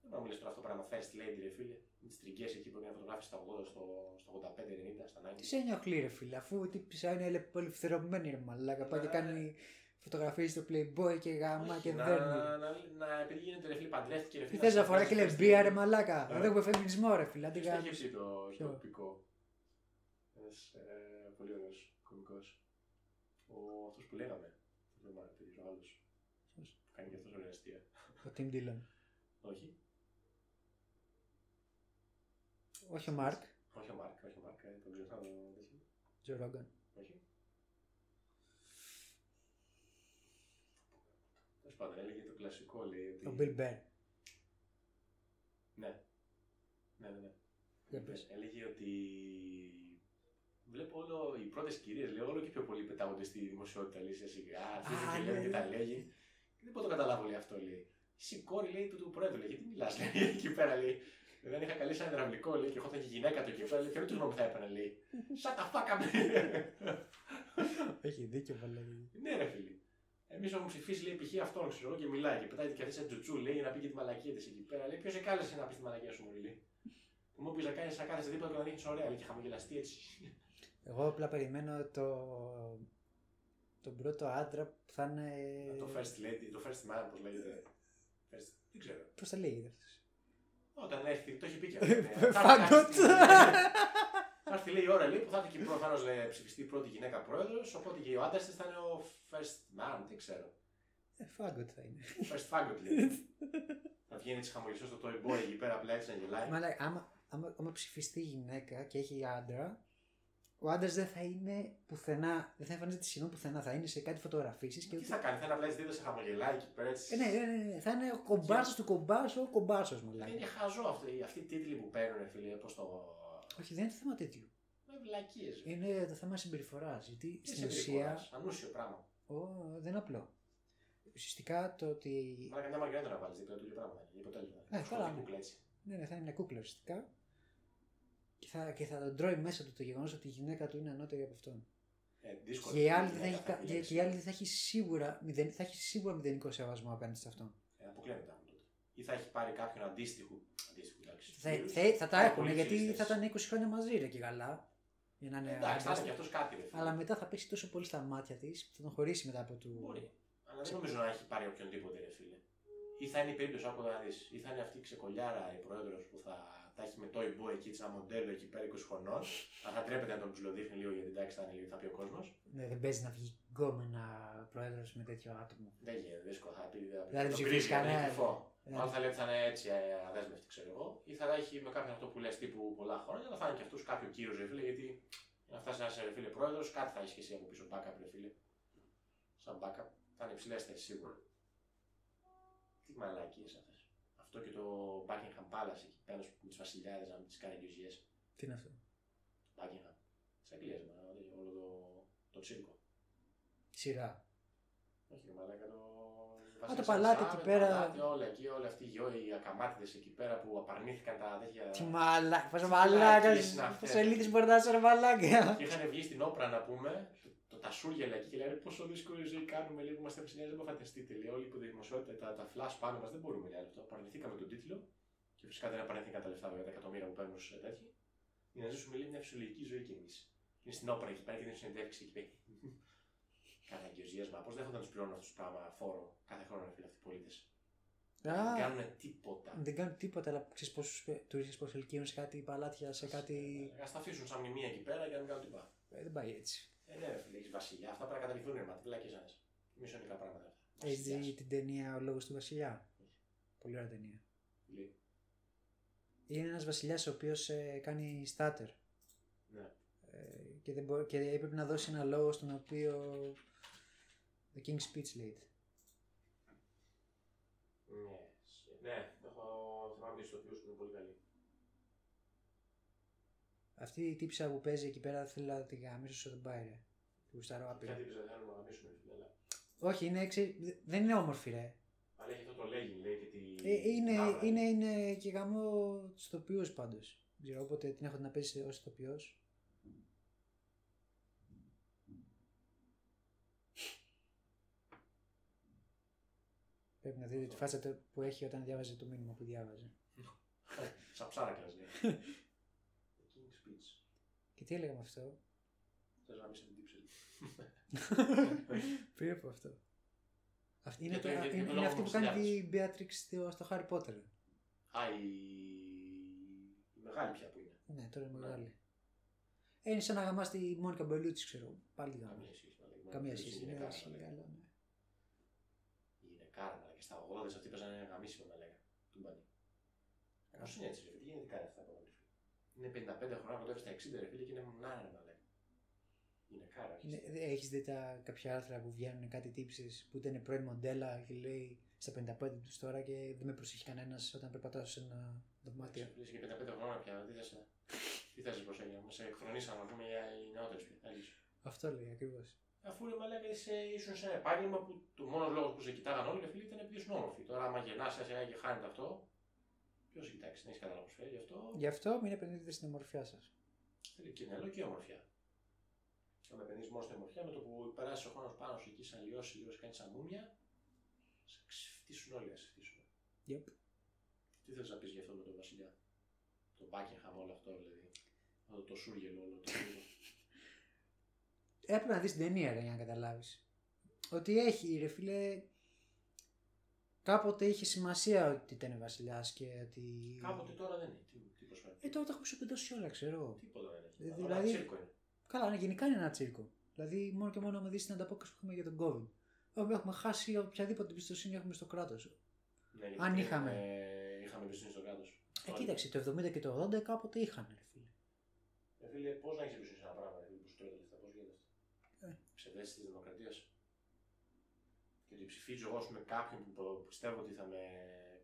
Speaker 2: Δεν μπορεί να μιλήσει τώρα αυτό το πράγμα first lady, ρε φίλε. Με τις τριγκές εκεί που έκανε φωτογράφηση στα 80, στο, στο 85-90, στα 90.
Speaker 1: Τι σε ενοχλεί, ρε φίλε, αφού η τύπησα είναι απελευθερωμένη, ρε μαλάκα. Πάει και
Speaker 2: Ναι.
Speaker 1: κάνει φωτογραφίες στο Playboy και γάμα
Speaker 2: Όχι,
Speaker 1: και
Speaker 2: να,
Speaker 1: δέρνει.
Speaker 2: να, να, να, επειδή γίνεται ρε φίλε, παντρεύτηκε ρε
Speaker 1: Τι
Speaker 2: φίλε.
Speaker 1: θες να φοράει και λεμπία, ρε
Speaker 2: μαλάκα.
Speaker 1: μαλάκα.
Speaker 2: Ναι.
Speaker 1: Δεν έχουμε φεμινισμό, ρε φίλε. αντί
Speaker 2: Ποιος το
Speaker 1: γάμι.
Speaker 2: είχε ψήσει το
Speaker 1: Ποιο?
Speaker 2: τοπικό. Ένας ε, πολύ ωραίος κομικός. Ο αυτός που λέγαμε. Δεν μου αρέσει, ο άλλος.
Speaker 1: Ποιος?
Speaker 2: Που κάνει και αυτός ωραία αστεία.
Speaker 1: Ο Tim Dillon.
Speaker 2: Όχι.
Speaker 1: Όχι ο Μάρκ.
Speaker 2: Όχι ο Μάρκ, όχι ο Μάρκ. ε, Τον ξεχνάω. τον τέτοιο.
Speaker 1: Τζο Ρόγκαν.
Speaker 2: Όχι. Τέλος πάντων, έλεγε το κλασικό, λέει ότι...
Speaker 1: Ο Μπιλ Μπέρ.
Speaker 2: Ναι. Ναι, ναι, ναι.
Speaker 1: Για
Speaker 2: Λοιπόν,
Speaker 1: πες.
Speaker 2: Έλεγε ότι βλέπω όλο, οι πρώτες κυρίες λέω όλο και πιο πολύ πετάγονται στη δημοσιότητα. Λέει σιγά σιγά, αρχίζουν
Speaker 1: Α,
Speaker 2: και λένε
Speaker 1: ναι,
Speaker 2: και τα
Speaker 1: ναι.
Speaker 2: λέγει. Και δεν μπορώ να το καταλάβω λέει αυτό λέει. Εσύ κόρη λέει του, του πρόεδρου, λέει, γιατί μιλάς, λέει εκεί πέρα λέει. Δεν είχα καλέσει ένα υδραυλικό, λέει, και εγώ ήταν και γυναίκα του εκεί πέρα, λέει, και δεν του γνώμη θα έπαιρνα, λέει. Σαν τα φάκα με.
Speaker 1: Έχει δίκιο, βαλέγει.
Speaker 2: ναι, ρε φίλε. Εμείς έχουμε ψηφίσει, λέει, π.χ. αυτόν, ξέρω εγώ, και μιλάει. Και πετάει και αυτή σαν τζουτσού, λέει, να πει και τη μαλακία της εκεί πέρα. Λέει, ποιος σε κάλεσε να πεις τη μαλακία σου, μου λέει. Που μου πεις να κάνεις να κάθεσαι δίπλα του και να δείχνεις ωραία, λέει, και χαμογελαστεί έτσι.
Speaker 1: Εγώ απλά περιμένω το... τον πρώτο άντρα που θα είναι.
Speaker 2: Το first lady, το first man, πώς λέγεται. First, δεν ξέρω.
Speaker 1: Πώς θα λέγεται αυτός.
Speaker 2: Όταν έρθει, το έχει πει και αυτό. ναι.
Speaker 1: Φαγκότ!
Speaker 2: Θα έρθει λέει η ώρα λέει, που θα έρθει και προφανώς ψηφιστεί η πρώτη γυναίκα πρόεδρος, οπότε και ο άντρα της θα είναι ο first man, δεν ξέρω.
Speaker 1: Φάγκοτ θα είναι.
Speaker 2: First faggot λέει. θα βγαίνει έτσι χαμογελιστό στο toy boy εκεί πέρα απλά έτσι να γελάει.
Speaker 1: Μα λέει, άμα, άμα, άμα ψηφιστεί η γυναίκα και έχει άντρα, ο άντρας δεν θα είναι πουθενά, δεν θα εμφανίζεται σχεδόν πουθενά, θα είναι σε κάτι φωτογραφίσεις και
Speaker 2: Τι
Speaker 1: ούτε.
Speaker 2: Ε, θα κάνει, θα είναι απλά έτσι δίδα σε χαμογελάει εκεί πέρα έτσι.
Speaker 1: Ε, ναι, ναι, ναι, ναι, θα είναι ο κομπάρσο του κομπάρσο, ο κομπάρσο μου
Speaker 2: Είναι
Speaker 1: λέει.
Speaker 2: χαζό αυτή, αυτοί οι τίτλοι που παίρνουν, φίλε, πώ το. Ε,
Speaker 1: Όχι, δεν είναι θέμα τέτοιου.
Speaker 2: Με βλακίε.
Speaker 1: Είναι το θέμα συμπεριφοράς. Γιατί Ε,
Speaker 2: Ε,
Speaker 1: στην ουσία.
Speaker 2: Ανούσιο πράγμα.
Speaker 1: Ο, δεν είναι απλό. Ουσιαστικά το ότι.
Speaker 2: Μάρα καμιά μαργαρίτα να βάλεις δίπλα του για πράγματα. Για αποτέλεσμα.
Speaker 1: Ναι,
Speaker 2: Σου
Speaker 1: καλά.
Speaker 2: την κούκλα έτσι.
Speaker 1: Ναι, ναι, θα είναι μια κούκλα ουσιαστικά. Και θα, και θα τον τρώει μέσα του το γεγονός ότι η γυναίκα του είναι ανώτερη από αυτόν.
Speaker 2: Ε, δύσκολο.
Speaker 1: Και η άλλη δεν θα,
Speaker 2: Ε,
Speaker 1: έχει, κα- και-
Speaker 2: επιλέξει.
Speaker 1: και η άλλη δεν θα έχει σίγουρα, μηδεν, θα έχει σίγουρα μηδενικό σεβασμό απέναντι σε αυτόν.
Speaker 2: Ε, αποκλείεται να μου τότε. ή θα έχει πάρει κάποιον αντίστοιχο. Αντίστοιχο, εντάξει. Ε,
Speaker 1: Θα,
Speaker 2: Σύρους.
Speaker 1: θα, θα τα
Speaker 2: Πάρα
Speaker 1: έχουν
Speaker 2: πολλοί
Speaker 1: γιατί θα
Speaker 2: χειριστές.
Speaker 1: ήταν 20 χρόνια μαζί ρε και καλά. Για να είναι
Speaker 2: Εντάξει, θα είναι
Speaker 1: αντίστοιχο.
Speaker 2: κι αυτός κάτι. Ρε, φίλε.
Speaker 1: Αλλά μετά θα πέσει τόσο πολύ στα μάτια της που θα τον χωρίσει μετά από του.
Speaker 2: Μπορεί. Αλλά δεν νομίζω να έχει πάρει οποιονδήποτε ρε φίλε. Ή θα είναι η περίπτωση, άκου να δεις, ή θα είναι αυτή η ξεκολιάρα η πρόεδρος που θα τα έχει με toy boy εκεί, σαν μοντέλο εκεί πέρα 20 χρονών. Θα, θα τρέπεται να τον ψηλοδείχνει λίγο γιατί εντάξει θα είναι λίγο, θα πει ο κόσμος.
Speaker 1: Ναι, δεν παίζει να βγει γκόμενα πρόεδρος με τέτοιο άτομο. Ε,
Speaker 2: Δεν γίνεται, δύσκολο. Θα πει, θα πει, ναι,
Speaker 1: Δεν θα
Speaker 2: τον
Speaker 1: ψηφίσει
Speaker 2: κρίζει, θα είναι
Speaker 1: κανένα.
Speaker 2: κρυφό.
Speaker 1: Δεν-
Speaker 2: Μάλλον θα λέει ότι θα είναι έτσι ε, αδέσμευτη, ξέρω εγώ. Ή θα τα έχει με κάποιον αυτό που λες τύπου πολλά χρόνια, αλλά θα είναι και αυτού κάποιο κύριος ρε φίλε, γιατί για να φτάσει να είσαι ρε φίλε πρόεδρος, κάτι θα έχεις και εσύ από πίσω backup ρε φίλε. Σαν backup. Θα είναι υψηλές θέσεις σίγουρα. Τι μαλακίες αυτέ. Αυτό και το Buckingham Palace εκεί πέρα με του βασιλιάδες να μην τις κάνει και
Speaker 1: Τι είναι αυτό.
Speaker 2: Buckingham. Της Αγγλίας, όλο το, το τσίρκο.
Speaker 1: Σειρά.
Speaker 2: Όχι, ρε μαλάκα το.
Speaker 1: το
Speaker 2: Βασίλισσα
Speaker 1: παλάτι
Speaker 2: Ελισάβετ,
Speaker 1: εκεί πέρα.
Speaker 2: παλάτι, όλα εκεί, όλα αυτοί οι γιο, οι ακαμάτιδες εκεί πέρα που απαρνήθηκαν τα τέτοια.
Speaker 1: Τι μαλάκα. Πόσο
Speaker 2: Τι
Speaker 1: μαλάκα.
Speaker 2: λάκκες Ε, είναι αυτές.
Speaker 1: Σελίδε μπορεί να είσαι ρε μαλάκα.
Speaker 2: Και είχαν βγει στην όπρα να πούμε, το, τα σούργελα εκεί και λέγανε πόσο δύσκολη ζωή κάνουμε. Λέει που είμαστε ψηλιά, δεν φανταστείτε. Λέει όλοι που τη δημοσιότητα, τα, τα flash πάνω μας δεν μπορούμε λέει, άλλο αυτό. Απαρνηθήκαμε τον τίτλο και φυσικά δεν απαρνηθήκαν τα λεφτά βέβαια, τα εκατομμύρια που παίρνουν στου τέτοιοι. Για να ζήσουμε λέει, μια φυσιολογική ζωή κι εμείς. Είναι στην όπρα εκεί πέρα και την συνεντεύξη εκεί πέρα. Κατά μα πώς δεν θα τους πληρώνουν αυτούς πράγμα φόρο κάθε χρόνο, φίλε, αυτοί οι πολίτες. Δεν
Speaker 1: Α,
Speaker 2: κάνουν τίποτα.
Speaker 1: Δεν κάνουν τίποτα, αλλά ξέρεις πόσου τουρίστες πώς ελκύουν σε κάτι παλάτια, σε κάτι.
Speaker 2: Ας τα αφήσουν σαν μνημεία εκεί πέρα για να μην κάνουν τίποτα.
Speaker 1: Ε, δεν πάει έτσι.
Speaker 2: Ε, ναι, ρε φίλε, έχεις βασιλιά. Αυτά πρέπει να καταληφθούν, ρε μα. Τι βλακές να λες. Μισονικά πράγματα. αυτά.
Speaker 1: Έχει δει
Speaker 2: Βασιλιάς.
Speaker 1: την ταινία Ο λόγος του Βασιλιά. Πολύ ωραία ταινία.
Speaker 2: Λέει,
Speaker 1: Είναι ένας βασιλιάς ο οποίος κάνει στάτερ.
Speaker 2: Ναι.
Speaker 1: Ε, και, δεν μπο- και έπρεπε να δώσει ένα λόγο στον οποίο. The King's Speech λέει.
Speaker 2: Ναι. Ναι, έχω θυμάμαι τις τοπιούς που είναι πολύ καλή.
Speaker 1: Αυτή η τύψα που παίζει εκεί πέρα θέλει να την γαμίσω σε τον πάει ρε. Του γουστάρω άπειρα.
Speaker 2: Κάτι είπες, δεν θέλουμε να γαμίσουμε, ρε φίλε, αλλά-
Speaker 1: Όχι, είναι, ξε- δε- δεν είναι όμορφη ρε.
Speaker 2: Αλλά έχει αυτό το λέγει, λέει και τη...
Speaker 1: Ε, είναι,
Speaker 2: μαύρα.
Speaker 1: είναι, είναι και γαμό του τοπίου πάντω. Ξέρω, οπότε την έχω να παίζει ω τοπίο. Πρέπει να δείτε τη φάτσα του- που έχει όταν διάβαζε το μήνυμα που διάβαζε.
Speaker 2: Σαν ψάρακλας, λέει. The King's Speech.
Speaker 1: Και τι έλεγα με αυτό.
Speaker 2: Θες να γαμίσεις την τύψη, ρε.
Speaker 1: Πριν από αυτό. Αυτή, είναι,
Speaker 2: Για το- για-
Speaker 1: το,
Speaker 2: για το
Speaker 1: είναι,
Speaker 2: λόγο
Speaker 1: είναι αυτή
Speaker 2: που
Speaker 1: που κάνει
Speaker 2: ψηλιάζεις.
Speaker 1: την Beatrix στο, στο Harry Potter.
Speaker 2: Α, η... η μεγάλη πια που είναι.
Speaker 1: Ναι, τώρα είναι
Speaker 2: Ναι.
Speaker 1: μεγάλη. Ε, είναι σαν να γαμάς τη Μόνικα Μπελούτσι, ξέρω. Πάλι τη γαμάς.
Speaker 2: Καμία σχέση, μα λέει.
Speaker 1: Ναι.
Speaker 2: Είναι γυναικάρα,
Speaker 1: Καμία σχέση.
Speaker 2: μα λέει.
Speaker 1: Ναι, συγκάλα, ναι.
Speaker 2: Η γυναικάρα, αλλά και στα 80 αυτή παίζανε ένα γαμίσιμο να λέγανε. Του μπανί. Πώ είναι έτσι, ρε φίλε, τι γίνεται κάνει αυτά τα πράγματα. Είναι 55 χρόνια, κοντά στα 60 ρε φίλε και είναι μουνάρα να λέγανε. Γυναικάρα,
Speaker 1: Είναι-
Speaker 2: όχι.
Speaker 1: δε- Έχεις δει τα, κάποια άρθρα που βγαίνουν κάτι τύψεις που ήταν πρώην μοντέλα και λέει στα 55 τους τώρα και δεν με προσέχει κανένας όταν περπατάω σε ένα δωμάτιο.
Speaker 2: Λες και 55 χρόνια πια, τι θα σε. Τι θα σε προσέγγιζα, μα σε εκφρονήσαν να πούμε για οι νεότερε πια. Έλειξε.
Speaker 1: Αυτό λέει ακριβώς.
Speaker 2: Αφού ρε μαλάκα είσαι ίσως σε ένα επάγγελμα που το μόνος λόγος που σε κοιτάγαν όλοι ρε φίλε ήταν επειδή ήσουν όμορφοι. Τώρα, άμα γεννά, σιγά και χάνεται αυτό. Ποιο σε κοιτάξει, δεν έχεις καταλάβει πώ γι' αυτό.
Speaker 1: Γι' αυτό μην επενδύετε στην ομορφιά σας.
Speaker 2: Θέλει Ε, και μυαλό και ομορφιά. Αν επενδύεις μόνο στην ομορφιά, με το που περάσει ο χρόνος πάνω σου εκεί, σαν λιώσει, λίγο κάνει σαμούνια, σε ξυφτίσουν όλοι, σε ξυφτίσουν.
Speaker 1: Yep.
Speaker 2: Τι θες να πεις γι' αυτό με τον Βασιλιά, τον Buckingham, όλο αυτό δηλαδή. Αυτό το σούργελο, όλο το σούργελο.
Speaker 1: Έπρεπε να δεις την ταινία ρε, για να καταλάβεις. Ότι έχει ρε φίλε... Κάποτε είχε σημασία ότι ήταν βασιλιάς και ότι...
Speaker 2: Κάποτε τώρα δεν είναι. Τι, τι προσφέρεις.
Speaker 1: Ε, τώρα τα έχουμε ισοπεδώσει όλα, ξέρω.
Speaker 2: Τίποτα δεν είναι.
Speaker 1: Ε,
Speaker 2: Όλα
Speaker 1: δηλαδή-
Speaker 2: τσίρκο είναι.
Speaker 1: Καλά, ναι, γενικά είναι ένα τσίρκο. Δηλαδή, μόνο και μόνο άμα δεις την ανταπόκριση που είχαμε για τον COVID. Όπου Έχουμε χάσει οποιαδήποτε εμπιστοσύνη έχουμε στο Ε, κράτος.
Speaker 2: Ναι, γιατί
Speaker 1: αν
Speaker 2: πριν,
Speaker 1: είχαμε.
Speaker 2: Ε, είχαμε εμπιστοσύνη στο κράτος.
Speaker 1: Ε, κοίταξε, το 70 και το 80 κάποτε είχαν, ρε φίλε.
Speaker 2: Ε, φίλε, πώς να έχεις εμπιστοσύνη σε ένα πράγμα, δηλαδή, που σου τρώει τα λεφτά, πώς γίνεται αυτό.
Speaker 1: Ε.
Speaker 2: Ψευδέστηση της δημοκρατίας. Και ότι ψηφίζω εγώ ας πούμε, κάποιον που προ- πιστεύω ότι θα με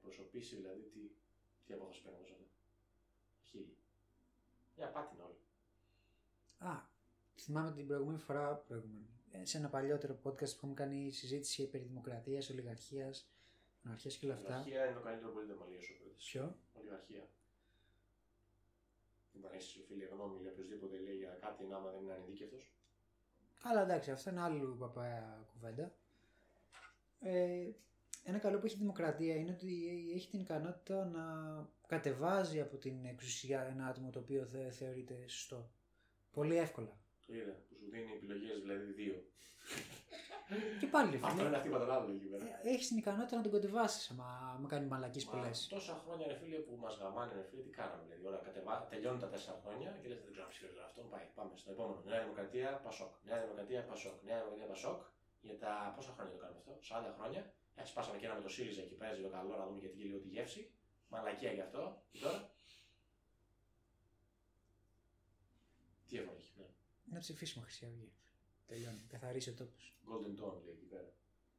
Speaker 2: προσωπήσει, δηλαδή τι, τι απόφαση παίρνω εγώ σε αυτό. Χίλια. Μια απάτη είναι όλη.
Speaker 1: Α, θυμάμαι την προηγούμενη φορά, προηγούμενη, ε, σε ένα παλιότερο podcast που είχαμε κάνει συζήτηση περί δημοκρατία, ολιγαρχία, μοναρχία και όλα αυτά.
Speaker 2: Ολιγαρχία είναι το καλύτερο πολίτευμα, λέει ο Σοκράτης.
Speaker 1: Ποιο?
Speaker 2: Ολιγαρχία. Δεν μπορεί να έχει φίλε γνώμη για οποιοδήποτε λέει για κάτι, άμα δεν είναι ανειδίκευτο.
Speaker 1: Αλλά εντάξει, αυτό είναι άλλο παπά κουβέντα. Ε, ένα καλό που έχει η δημοκρατία είναι ότι έχει την ικανότητα να κατεβάζει από την εξουσία ένα άτομο το οποίο δεν θεωρείται σωστό. Πολύ εύκολα.
Speaker 2: Το είδα. Που σου δίνει επιλογές, δηλαδή δύο.
Speaker 1: Και πάλι ρε
Speaker 2: Αυτό είναι
Speaker 1: φίλε.
Speaker 2: αυτή το άλλο εκεί πέρα.
Speaker 1: Έχει Ε, την ικανότητα να τον κατεβάσεις άμα με κάνει μαλακής
Speaker 2: Μα
Speaker 1: πολλέ.
Speaker 2: Τόσα χρόνια ρε φίλε που μας γαμάνε ρε φίλε, τι κάναμε. Δηλαδή, όλα κατεβα... τελειώνουν τα τέσσερα χρόνια και λε δεν ξέρω αν ψήφιζα αυτό. Πάει, πάμε στο επόμενο. Νέα Δημοκρατία, Πασόκ. Νέα Δημοκρατία, Πασόκ. Νέα Δημοκρατία, Πασόκ. Για τα πόσα χρόνια το κάνουμε αυτό, 40 χρόνια. Ε, σπάσαμε και ένα με το ΣΥΡΙΖΑ εκεί πέρα, το καλό να δούμε γιατί και λίγο τη γεύση. Μαλακία γι' αυτό. Και τώρα. Τι ναι. έχουμε εκεί πέρα.
Speaker 1: Να ψηφίσουμε Χρυσή Αυγή. Τελειώνει. Καθαρίσει ο τόπος.
Speaker 2: Golden Dawn λέει εκεί πέρα.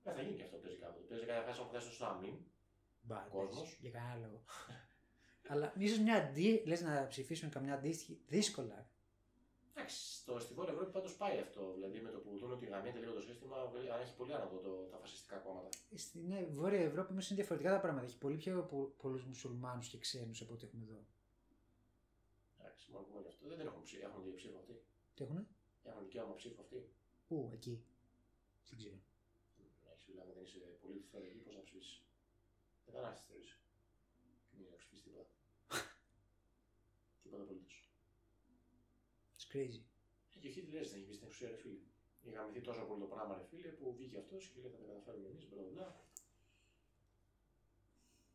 Speaker 2: Ε, θα γίνει και αυτό παίζει κάποτε. Παίζει κάποια φάση που θα στο αμήν.
Speaker 1: Μπα,
Speaker 2: Κόσμος.
Speaker 1: εντάξει, Για κανένα λόγο. Αλλά ίσως μια αντί. Λες να ψηφίσουν καμιά αντίστοιχη. Δύσκολα.
Speaker 2: Εντάξει, στο, στη Βόρεια Ευρώπη πάντως πάει αυτό. Δηλαδή με το που δουν ότι γαμιέται λίγο το σύστημα, βγαίνει- αν έχει πολύ άνοδο το, τα φασιστικά κόμματα.
Speaker 1: Στην ναι, Βόρεια Ευρώπη όμως είναι διαφορετικά τα πράγματα. Έχει πολύ πιο πολλούς μουσουλμάνους και ξένους από ό,τι έχουμε εδώ.
Speaker 2: Εντάξει, μόνο που είναι αυτό. Δεν, δεν έχουν ψήφο, έχουν ψήφο αυτοί.
Speaker 1: Τι έχουν,
Speaker 2: Έχουν δικαίωμα ψήφο αυτοί.
Speaker 1: Πού, εκεί. Δεν ξέρω.
Speaker 2: Εντάξει, δηλαδή δεν είσαι πολίτη του Ελληνικού, πώ να ψήσει. Δεν θα ανάσει θεωρεί. Μην να ψηφίσεις τίποτα. τίποτα απολύτω.
Speaker 1: It's crazy.
Speaker 2: Και ο Χίτλερ δεν έχει μπει στην εξουσία, ρε φίλε. Είχε γαμηθεί τόσο πολύ το πράγμα, ρε φίλε, που βγήκε αυτός και λέει θα τα καταφέρουμε εμείς, μπλα μπλα.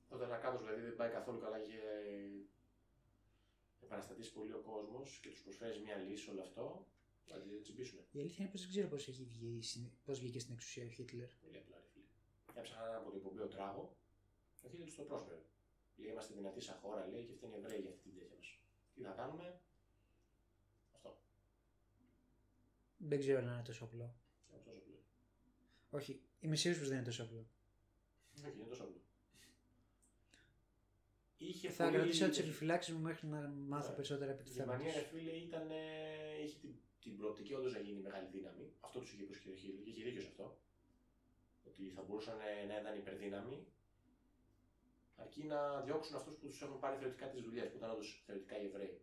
Speaker 2: Όταν ένα κράτο δηλαδή δεν πάει καθόλου καλά και επαναστατήσει πολύ ο κόσμος και τους προσφέρει μια λύση όλο αυτό, θα τη τσιμπήσουν.
Speaker 1: Η αλήθεια είναι πως δεν ξέρω πώς έχει βγει, πώς βγήκε στην εξουσία ο Χίτλερ.
Speaker 2: Πολύ απλά, ρε φίλε. Έψαχνα έναν από την εκπομπή ο Τράγο και ο Χίτλερ τους το πρόσφερε. Λέει είμαστε δυνατοί σαν χώρα, λέει, και αυτή είναι οι Εβραίοι για αυτή την τέτοια μας. Τι θα κάνουμε, αυτό.
Speaker 1: Δεν ξέρω αν είναι τόσο απλό.
Speaker 2: Και αυτό τόσο απλό.
Speaker 1: Όχι, είμαι σίγουρο πω δεν είναι τόσο απλό.
Speaker 2: Όχι, είναι τόσο απλό. Είχε
Speaker 1: Ναι. θα κρατήσω τις επιφυλάξεις μου μέχρι να μάθω
Speaker 2: Ναι.
Speaker 1: περισσότερα επί
Speaker 2: ε, Η
Speaker 1: του θέματος.
Speaker 2: Γερμανία, ρε φίλε, ήταν, ε, είχε την, την προοπτική όντως να γίνει μεγάλη δύναμη. Αυτό τους είχε υποσχεθεί και είχε δίκιο σε αυτό. Ότι θα μπορούσαν ε, να ήταν υπερδύναμοι αρκεί να διώξουν αυτούς που τους έχουν πάρει θεωρητικά τις δουλειές, που ήταν όντως θεωρητικά οι Εβραίοι.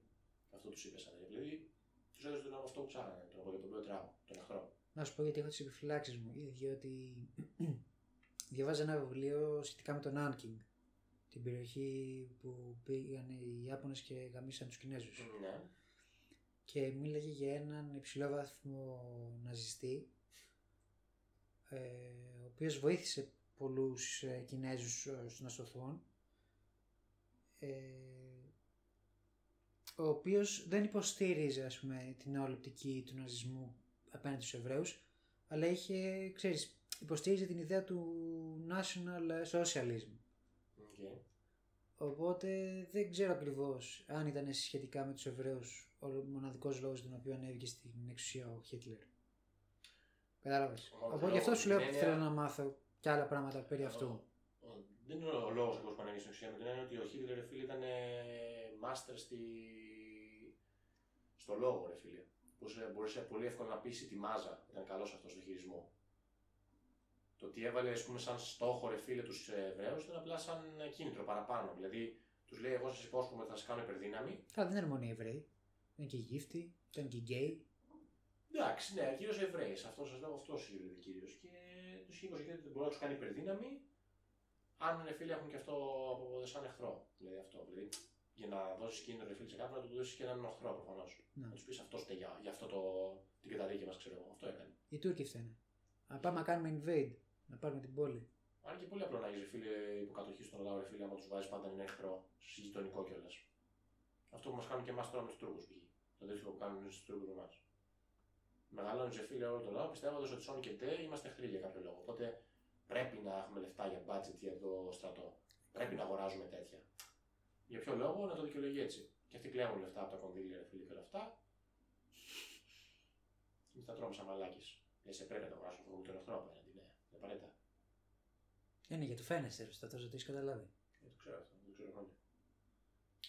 Speaker 2: Αυτό τους είπε σαν ε, Δηλαδή, του έδωσε τον αυτό που ψάχνανε, τον οποίο τράγο, τον εχθρό.
Speaker 1: Να σου πω γιατί έχω τις επιφυλάξεις μου. Διότι διαβάζα ένα βιβλίο σχετικά με τον Άνκινγκ. Την περιοχή που πήγαν οι Ιάπωνες και γαμίσαν τους Κινέζους.
Speaker 2: Ναι.
Speaker 1: και μίλαγε για έναν υψηλόβαθμο ναζιστή ε, ο οποίος βοήθησε πολλούς ε, Κινέζους ε, στο να σωθούν ε, ο οποίος δεν υποστήριζε ας πούμε την όλη οπτική του ναζισμού απέναντι στους Εβραίους αλλά είχε, ξέρεις, υποστήριζε την ιδέα του national socialism
Speaker 2: Okay.
Speaker 1: Οπότε δεν ξέρω ακριβώς αν ήταν σχετικά με τους Εβραίους ο μοναδικός λόγος τον οποίο ανέβηκε στην εξουσία ο Χίτλερ. Κατάλαβες.
Speaker 2: Ο
Speaker 1: Οπότε γι' αυτό σου λέω ότι
Speaker 2: λόγος,
Speaker 1: θέλω
Speaker 2: βέβαια.
Speaker 1: να μάθω κι άλλα πράγματα περί αυτού.
Speaker 2: Ο- ο- Δεν είναι ο λόγος που ανέβηκε στην ουσία με την έννοια ότι ο Χίτλερ, ρε φίλε, ήταν μάστερ στη... στο λόγο, ρε φίλε. Μπορούσε, μπορούσε πολύ εύκολα να πείσει τη μάζα. Ήταν καλός αυτός στο χειρισμό. Το ότι έβαλε, ας πούμε, σαν στόχο, ρε φίλε, τους Εβραίους ήταν απλά σαν ε, κίνητρο παραπάνω. Δηλαδή, τους λέει: Εγώ σας υπόσχομαι ότι θα σας κάνω υπερδύναμη.
Speaker 1: Καλά, δεν είναι μόνο οι Εβραίοι. Ήταν και οι γύφτοι, ήταν και οι γκέι.
Speaker 2: Εντάξει, ναι, κυρίως Εβραίοι. Αυτό σα λέω, αυτός είναι κυρίως. Και τους είχε υποσχεθεί ότι δεν μπορεί να τους κάνει υπερδύναμη, αν είναι φίλοι έχουν και αυτό από σαν εχθρό. Δηλαδή αυτό. Δηλαδή, για να δώσεις κίνητρο ρε φίλε σε κάποιον, να του δώσεις και έναν εχθρό προφανώ.
Speaker 1: Να.
Speaker 2: Να τους πεις αυτός φταίει για, για αυτό το, την καταδίκη μας, ξέρω εγώ. Αυτό έκανε.
Speaker 1: Οι Τούρκοι φταίνε. Να πάμε να κάνουμε invade, να πάρουμε την πόλη.
Speaker 2: Αν και πολύ απλό να είσαι φίλε υποκατοχή στον λαό, ρε φίλε, άμα τους βάζεις πάντα έναν εχθρό, γειτονικό κιόλας. Αυτό που μας κάνουν και εμάς τώρα με τους Τούρκους πηγαίνει. Το αντίστοιχο που κάνουν στους Τούρκους με εμάς. Μεγαλώνεις σε φίλε όλο το λαό, πιστεύοντας ότι σώνει και τε είμαστε εχθροί για κάποιο λόγο. Οπότε πρέπει να έχουμε λεφτά για budget για το στρατό. Πρέπει να αγοράζουμε τέτοια. Για ποιο λόγο να το δικαιολογεί έτσι. Και αυτοί κλέβουν λεφτά από τα κονδύλια, ρε φίλε, και όλα αυτά. Και τα τρώμε σαν μαλάκι. σε πρέπει να το αγοράσουμε εγώ με τον εχθρό απέναντι, ναι, απαραίτητα.
Speaker 1: Ε, ναι, για το φαίνεσαι, θα το έχει καταλάβει.
Speaker 2: Δεν το ξέρω αυτό, δεν το ξέρω χρόνια.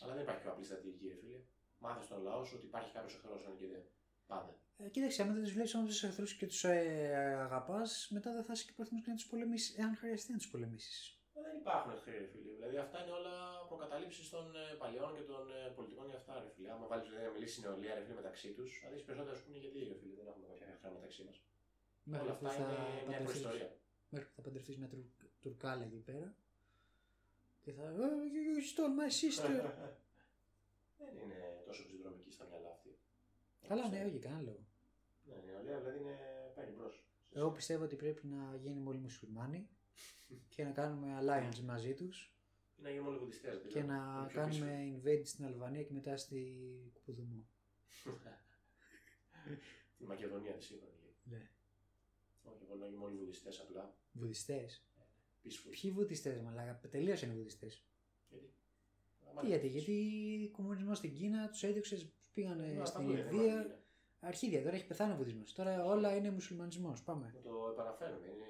Speaker 2: Αλλά δεν υπάρχει πιο απλή στρατηγική, ρε φίλε. Μάθες στον λαό σου ότι υπάρχει κάποιος εχθρός, αν και δεν. Πάντα.
Speaker 1: Ε, κοίταξε, άμα δεν τους βλέπεις όμω τους εχθρούς και τους αγαπάς, μετά δεν θα είσαι και προθυμός να τους πολεμήσεις, εάν χρειαστεί να τους πολεμήσεις.
Speaker 2: Μα Ε, δεν υπάρχουν εχθροί, ρε φίλε. Δηλαδή αυτά είναι όλα προκαταλήψεις των ε, παλαιών και των ε, πολιτικών για αυτά, ρε φίλε. Άμα βάλεις δηλαδή, να μιλήσεις η νεολαία, ρε φίλε, μεταξύ τους, θα δει περισσότερο που είναι γιατί, ρε φίλε, δεν έχουμε κάποια εχθρά μεταξύ μας.
Speaker 1: Μέχρι
Speaker 2: Όλα
Speaker 1: που
Speaker 2: αυτά
Speaker 1: θα
Speaker 2: είναι μια
Speaker 1: παντρευτείς-
Speaker 2: προϊστορία.
Speaker 1: Μέχρι που θα παντρευτείς μια Τουρκ- τουρκάλα εκεί πέρα. Και θα. «Oh, You you stole my sister.
Speaker 2: Δεν είναι τόσο ψυδρομική στα μυαλά αυτή.
Speaker 1: Καλά, ναι, όχι, κανένα λόγο.
Speaker 2: Ναι, η νεολαία δηλαδή είναι πάει μπρος.
Speaker 1: Εγώ πιστεύω ότι πρέπει να γίνουμε όλοι μουσουλμάνοι και να κάνουμε alliance μαζί τους
Speaker 2: Είναι να γίνουμε όλοι βουδιστές. δηλαδή.
Speaker 1: και να
Speaker 2: Είναι πιο πίσω.
Speaker 1: κάνουμε invade στην Αλβανία και μετά στη Κουδουμό.
Speaker 2: Τη Μακεδονία της σύγχρονη.
Speaker 1: Ναι.
Speaker 2: Όχι, εγώ να γίνουμε όλοι βουδιστές απλά.
Speaker 1: Βουδιστές.
Speaker 2: Peaceful.
Speaker 1: Ποιοι βουδιστές, μαλάκα. Τελείως είναι βουδιστές.
Speaker 2: Γιατί.
Speaker 1: Τι
Speaker 2: ναι.
Speaker 1: γιατί, γιατί κομμουνισμός στην Κίνα τους έδιωξες, του πήγανε
Speaker 2: Μα,
Speaker 1: στην
Speaker 2: τα πουλιά, δεν
Speaker 1: Ινδία.
Speaker 2: είναι.
Speaker 1: Αρχίδια, τώρα έχει πεθάνει ο βουδισμός. Τώρα όλα είναι μουσουλμανισμός. Πάμε.
Speaker 2: Να ναι. Το επαναφέρουμε. Είναι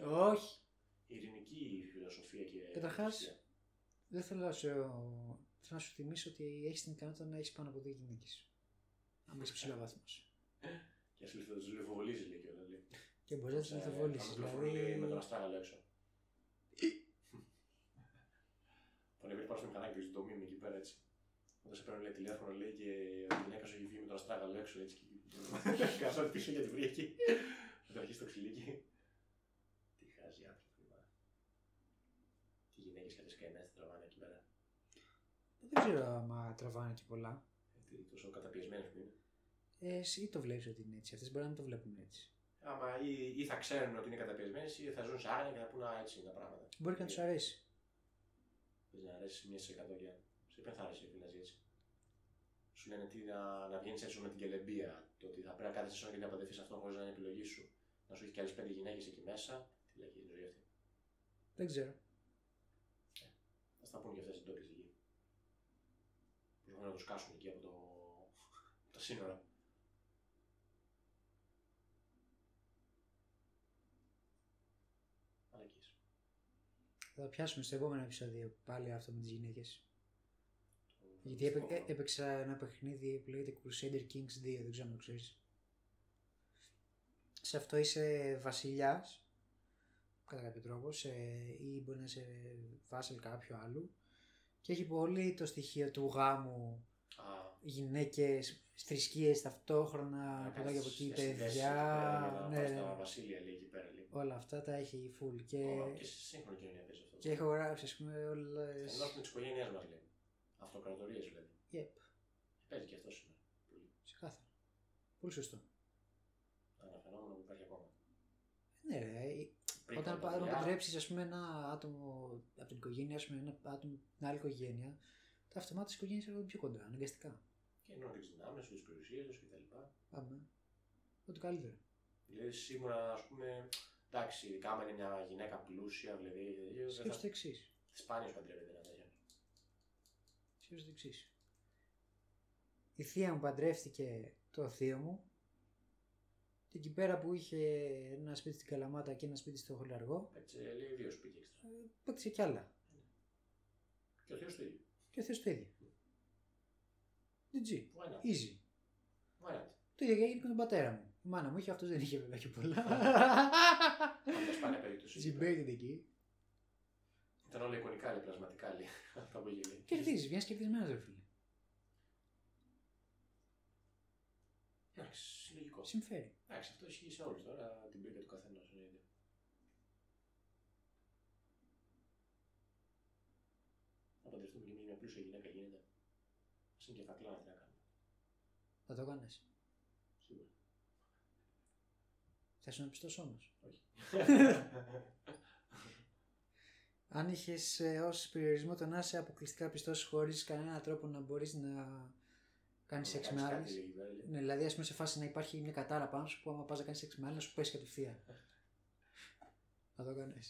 Speaker 2: Ε,
Speaker 1: Όχι.
Speaker 2: ειρηνική η φιλοσοφία και.
Speaker 1: Καταρχάς,
Speaker 2: θρησκεία.
Speaker 1: Δεν θέλω να σου, θέλω να σου θυμίσω ότι έχεις την ικανότητα να έχεις πάνω από δύο γυναίκες. Αν είσαι ψηλοβάθμο.
Speaker 2: Και σου του λιθοβολίζει λέει κιόλα.
Speaker 1: Και μπορεί να
Speaker 2: Ε,
Speaker 1: τι λιθοβολήσει.
Speaker 2: με τον
Speaker 1: Δηλαδή.
Speaker 2: αστράγαλο έξω. Τον έβγαλε πάνω στο μηχανάκι του, το μήνυμα εκεί πέρα έτσι. Όταν σε παίρνει λέει, τηλέφωνο, λέει και η γυναίκα σου έχει βγει με τον αστράγαλο έξω έτσι. Και κάτσε πίσω για τη βρει εκεί. Θα το αρχίσει το ξυλίκι. Τι χάζει άνθρωποι, μα. Τι γυναίκε κάποιε καημένε την τραβάνε εκεί πέρα.
Speaker 1: Δεν ξέρω άμα τραβάνε και πολλά.
Speaker 2: Τι Τόσο καταπιεσμένε που είναι.
Speaker 1: Ε, εσύ το βλέπεις ότι είναι έτσι. Αυτές μπορεί να μην το βλέπουν έτσι.
Speaker 2: Άμα ή, ή θα ξέρουν ότι είναι καταπιεσμένες ή θα ζουν σε άγνοια και θα πούνε «Α, έτσι είναι τα πράγματα.
Speaker 1: Μπορεί και να τους αρέσει.
Speaker 2: Θες να αρέσει μία σε εκατό και σε ποιον θα αρέσει να ζει έτσι. Σου λένε τι να, να βγαίνεις έξω με την κελεμπία, το ότι θα πρέπει να κάθεσαι έξω και να παντρευτεί αυτό χωρίς να είναι επιλογή σου. Να σου έχει κι άλλες πέντε γυναίκες εκεί μέσα. Τι λέει και η ζωή αυτή.
Speaker 1: Δεν ξέρω.
Speaker 2: Θα στα πούνε και αυτές οι ντόπιες εκεί. Προσπαθούν να τους κάσουν εκεί από το... τα σύνορα. Μαλακίες.
Speaker 1: Θα το πιάσουμε στο επόμενο επεισόδιο πάλι αυτό με τις γυναίκες.
Speaker 2: Το-
Speaker 1: Γιατί έπαι-
Speaker 2: το-
Speaker 1: ε, έπαιξα ένα παιχνίδι που λέγεται Crusader Kings 2, δεν ξέρω αν το ξέρεις. Σε αυτό είσαι βασιλιάς, κατά κάποιο τρόπο, σε, ή μπορεί να είσαι βάσελ κάποιου άλλου. Και έχει πολύ το στοιχείο του γάμου,
Speaker 2: Α,
Speaker 1: γυναίκες, θρησκείες
Speaker 2: Ε,
Speaker 1: ταυτόχρονα, από εδώ και από εκεί, παιδιά.
Speaker 2: Ναι,
Speaker 1: Ναι,
Speaker 2: Τα βασίλεια λέει εκεί πέρα. Λέει.
Speaker 1: όλα αυτά τα έχει η full. Και,
Speaker 2: Όλα, Και στη σύγχρονη κοινωνία παίζει αυτό.
Speaker 1: και έχω γράψει, ας πούμε, όλες.
Speaker 2: Ενώσουμε τις οικογένειές μας λέει. Αυτοκρατορίες δηλαδή.
Speaker 1: Yep,
Speaker 2: Παίζει και αυτός σήμερα. Πολύ.
Speaker 1: ξεκάθαρα. Πολύ σωστό.
Speaker 2: Ένα φαινόμενο που υπάρχει ακόμα.
Speaker 1: Ναι, ρε,
Speaker 2: Πριν
Speaker 1: Όταν
Speaker 2: τα
Speaker 1: πα- όταν
Speaker 2: παιδιά,
Speaker 1: παντρέψει, ας πούμε, ένα άτομο από την οικογένεια, ας πούμε, ένα άτομο από την άλλη οικογένεια, τα αυτομάτω οι οικογένειε έρχονται πιο κοντά, αναγκαστικά.
Speaker 2: Και ενώνει τι δυνάμει του, τις περιουσίες του κτλ.
Speaker 1: Πάμε. Ό,τι καλύτερο.
Speaker 2: Δηλαδή σίγουρα ας πούμε. Εντάξει, ειδικά άμα είναι μια γυναίκα πλούσια, δηλαδή.
Speaker 1: Σκέψτε το εξής.
Speaker 2: Σπάνιος παντρεύεται ένα τέτοιο.
Speaker 1: Σκέψτε το εξής. Η θεία μου παντρεύτηκε το θείο μου. Και εκεί πέρα που είχε ένα σπίτι στην Καλαμάτα και ένα σπίτι στο Χολαργό,
Speaker 2: Έτσι, λέει δύο σπίτια έξτρα.
Speaker 1: ε, παίκτησε κι άλλα.
Speaker 2: Και ο Θεός το ίδιο.
Speaker 1: Και ο Θεός το ίδιο. GG.
Speaker 2: Why not?
Speaker 1: Easy.
Speaker 2: Why not?
Speaker 1: Το ίδιο έγινε και με τον πατέρα μου. Η μάνα μου είχε, αυτός δεν είχε βέβαια και πολλά.
Speaker 2: Πάντα σπάνια περίπτωση.
Speaker 1: Debated εκεί.
Speaker 2: Ήταν όλα εικονικά, λέει, πλασματικά, λέει. Αυτά που έγινε.
Speaker 1: Κερδίζεις, βγαίνεις κερδισμένο, ρε φίλε.
Speaker 2: Εντάξει, λογικό.
Speaker 1: Συμφέρει.
Speaker 2: Εντάξει, αυτό ισχύει σε όλους τώρα, την πίτα του καθενό. Να παντρευτούμε κι εμεί μια πλούσια γυναίκα γίνεται. Ας είναι και φακλά, τι να κάνουμε.
Speaker 1: Θα το κάνεις.
Speaker 2: Σίγουρα.
Speaker 1: Θα ήσουν πιστός όμως.
Speaker 2: Όχι.
Speaker 1: Αν είχες ως περιορισμό το να είσαι αποκλειστικά πιστός χωρίς κανένα τρόπο να μπορείς να κάνεις σεξ με άλλε.
Speaker 2: κάτι, λέει, βέβαια, λέει.
Speaker 1: Ναι, δηλαδή, ας πούμε σε φάση να υπάρχει μια κατάρα πάνω σου που άμα πας να κάνεις σεξ με άλλη, να σου πέσει κατευθείαν. Θα το κάνει.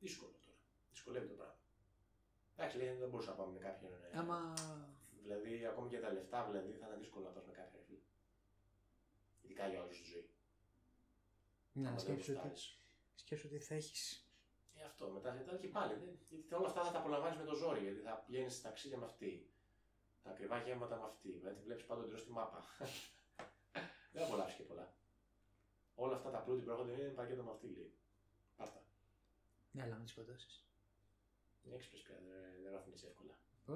Speaker 2: Δύσκολο τώρα. Δυσκολεύει το πράγμα. Εντάξει, λέει, δεν μπορούσα να πάμε με κάποιον. ε,
Speaker 1: Άμα.
Speaker 2: Δηλαδή, ακόμη και τα λεφτά, δηλαδή, θα ήταν δύσκολο να πας με κάποιον. φίλο. Ειδικά για όλη σου τη ζωή.
Speaker 1: Ναι,
Speaker 2: Άμα δεν
Speaker 1: σκέψου ότι,
Speaker 2: γουστάρεις.
Speaker 1: σκέψου ότι θα έχεις.
Speaker 2: Ε, αυτό. Μετά μετά και πάλι. Δε, γιατί όλα αυτά θα τα απολαμβάνεις με το ζόρι. Γιατί θα πηγαίνεις στα ταξίδια με αυτή. Τα ακριβά γεύματα με αυτή. Δηλαδή τη βλέπεις πάντα εντελώ στη μάπα. Δεν απολαύσει και πολλά. Όλα αυτά τα πλούτη που έρχονται είναι πακέτο με αυτή λέει. Πάρτα.
Speaker 1: Ναι, αλλά με τις κοντώσει.
Speaker 2: Είναι έξυπνες πια. Δεν, δεν γράφουν έτσι εύκολα.
Speaker 1: Πώς?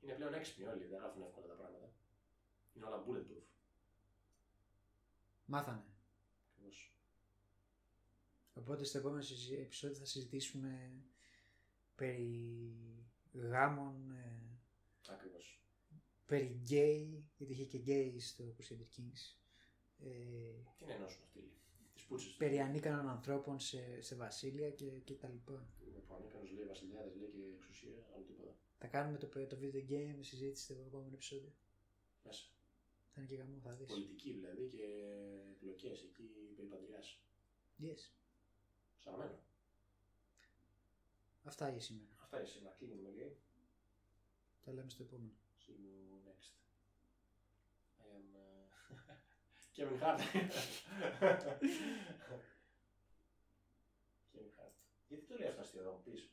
Speaker 2: Είναι πλέον έξυπνοι όλοι. Δεν γράφουν εύκολα τα πράγματα. Είναι όλα bulletproof.
Speaker 1: Μάθανε.
Speaker 2: Ακριβώς.
Speaker 1: Οπότε στο επόμενο συζη- επεισόδιο θα συζητήσουμε περί γάμων, ε,
Speaker 2: Ακριβώς.
Speaker 1: περί γκέι, γιατί είχε και γκέι στο Crusader Kings. Ε,
Speaker 2: Τι να ενώσουν αυτοί τις πούτσες.
Speaker 1: περί ανίκανων ανθρώπων σε, σε βασίλεια και, και τα λοιπά.
Speaker 2: Που ανίκανος λέει βασιλιά, δεν λέει και εξουσία, άλλο τίποτα.
Speaker 1: Θα κάνουμε το, το video game συζήτηση στο επόμενο επεισόδιο.
Speaker 2: Μέσα.
Speaker 1: Θα είναι και γαμό, θα δεις.
Speaker 2: Πολιτική δηλαδή και εκλογές εκεί περί παντριάς.
Speaker 1: Yes.
Speaker 2: Σαραμένο.
Speaker 1: Αυτά για σήμερα.
Speaker 2: Αυτά είναι σήμερα. Κλείνουμε λέει.
Speaker 1: Τα λέμε στο επόμενο.
Speaker 2: See you next. I am uh, Kevin Hart. Kevin Hart. Γιατί το λέει αυτό αστείο, θα μου πεις.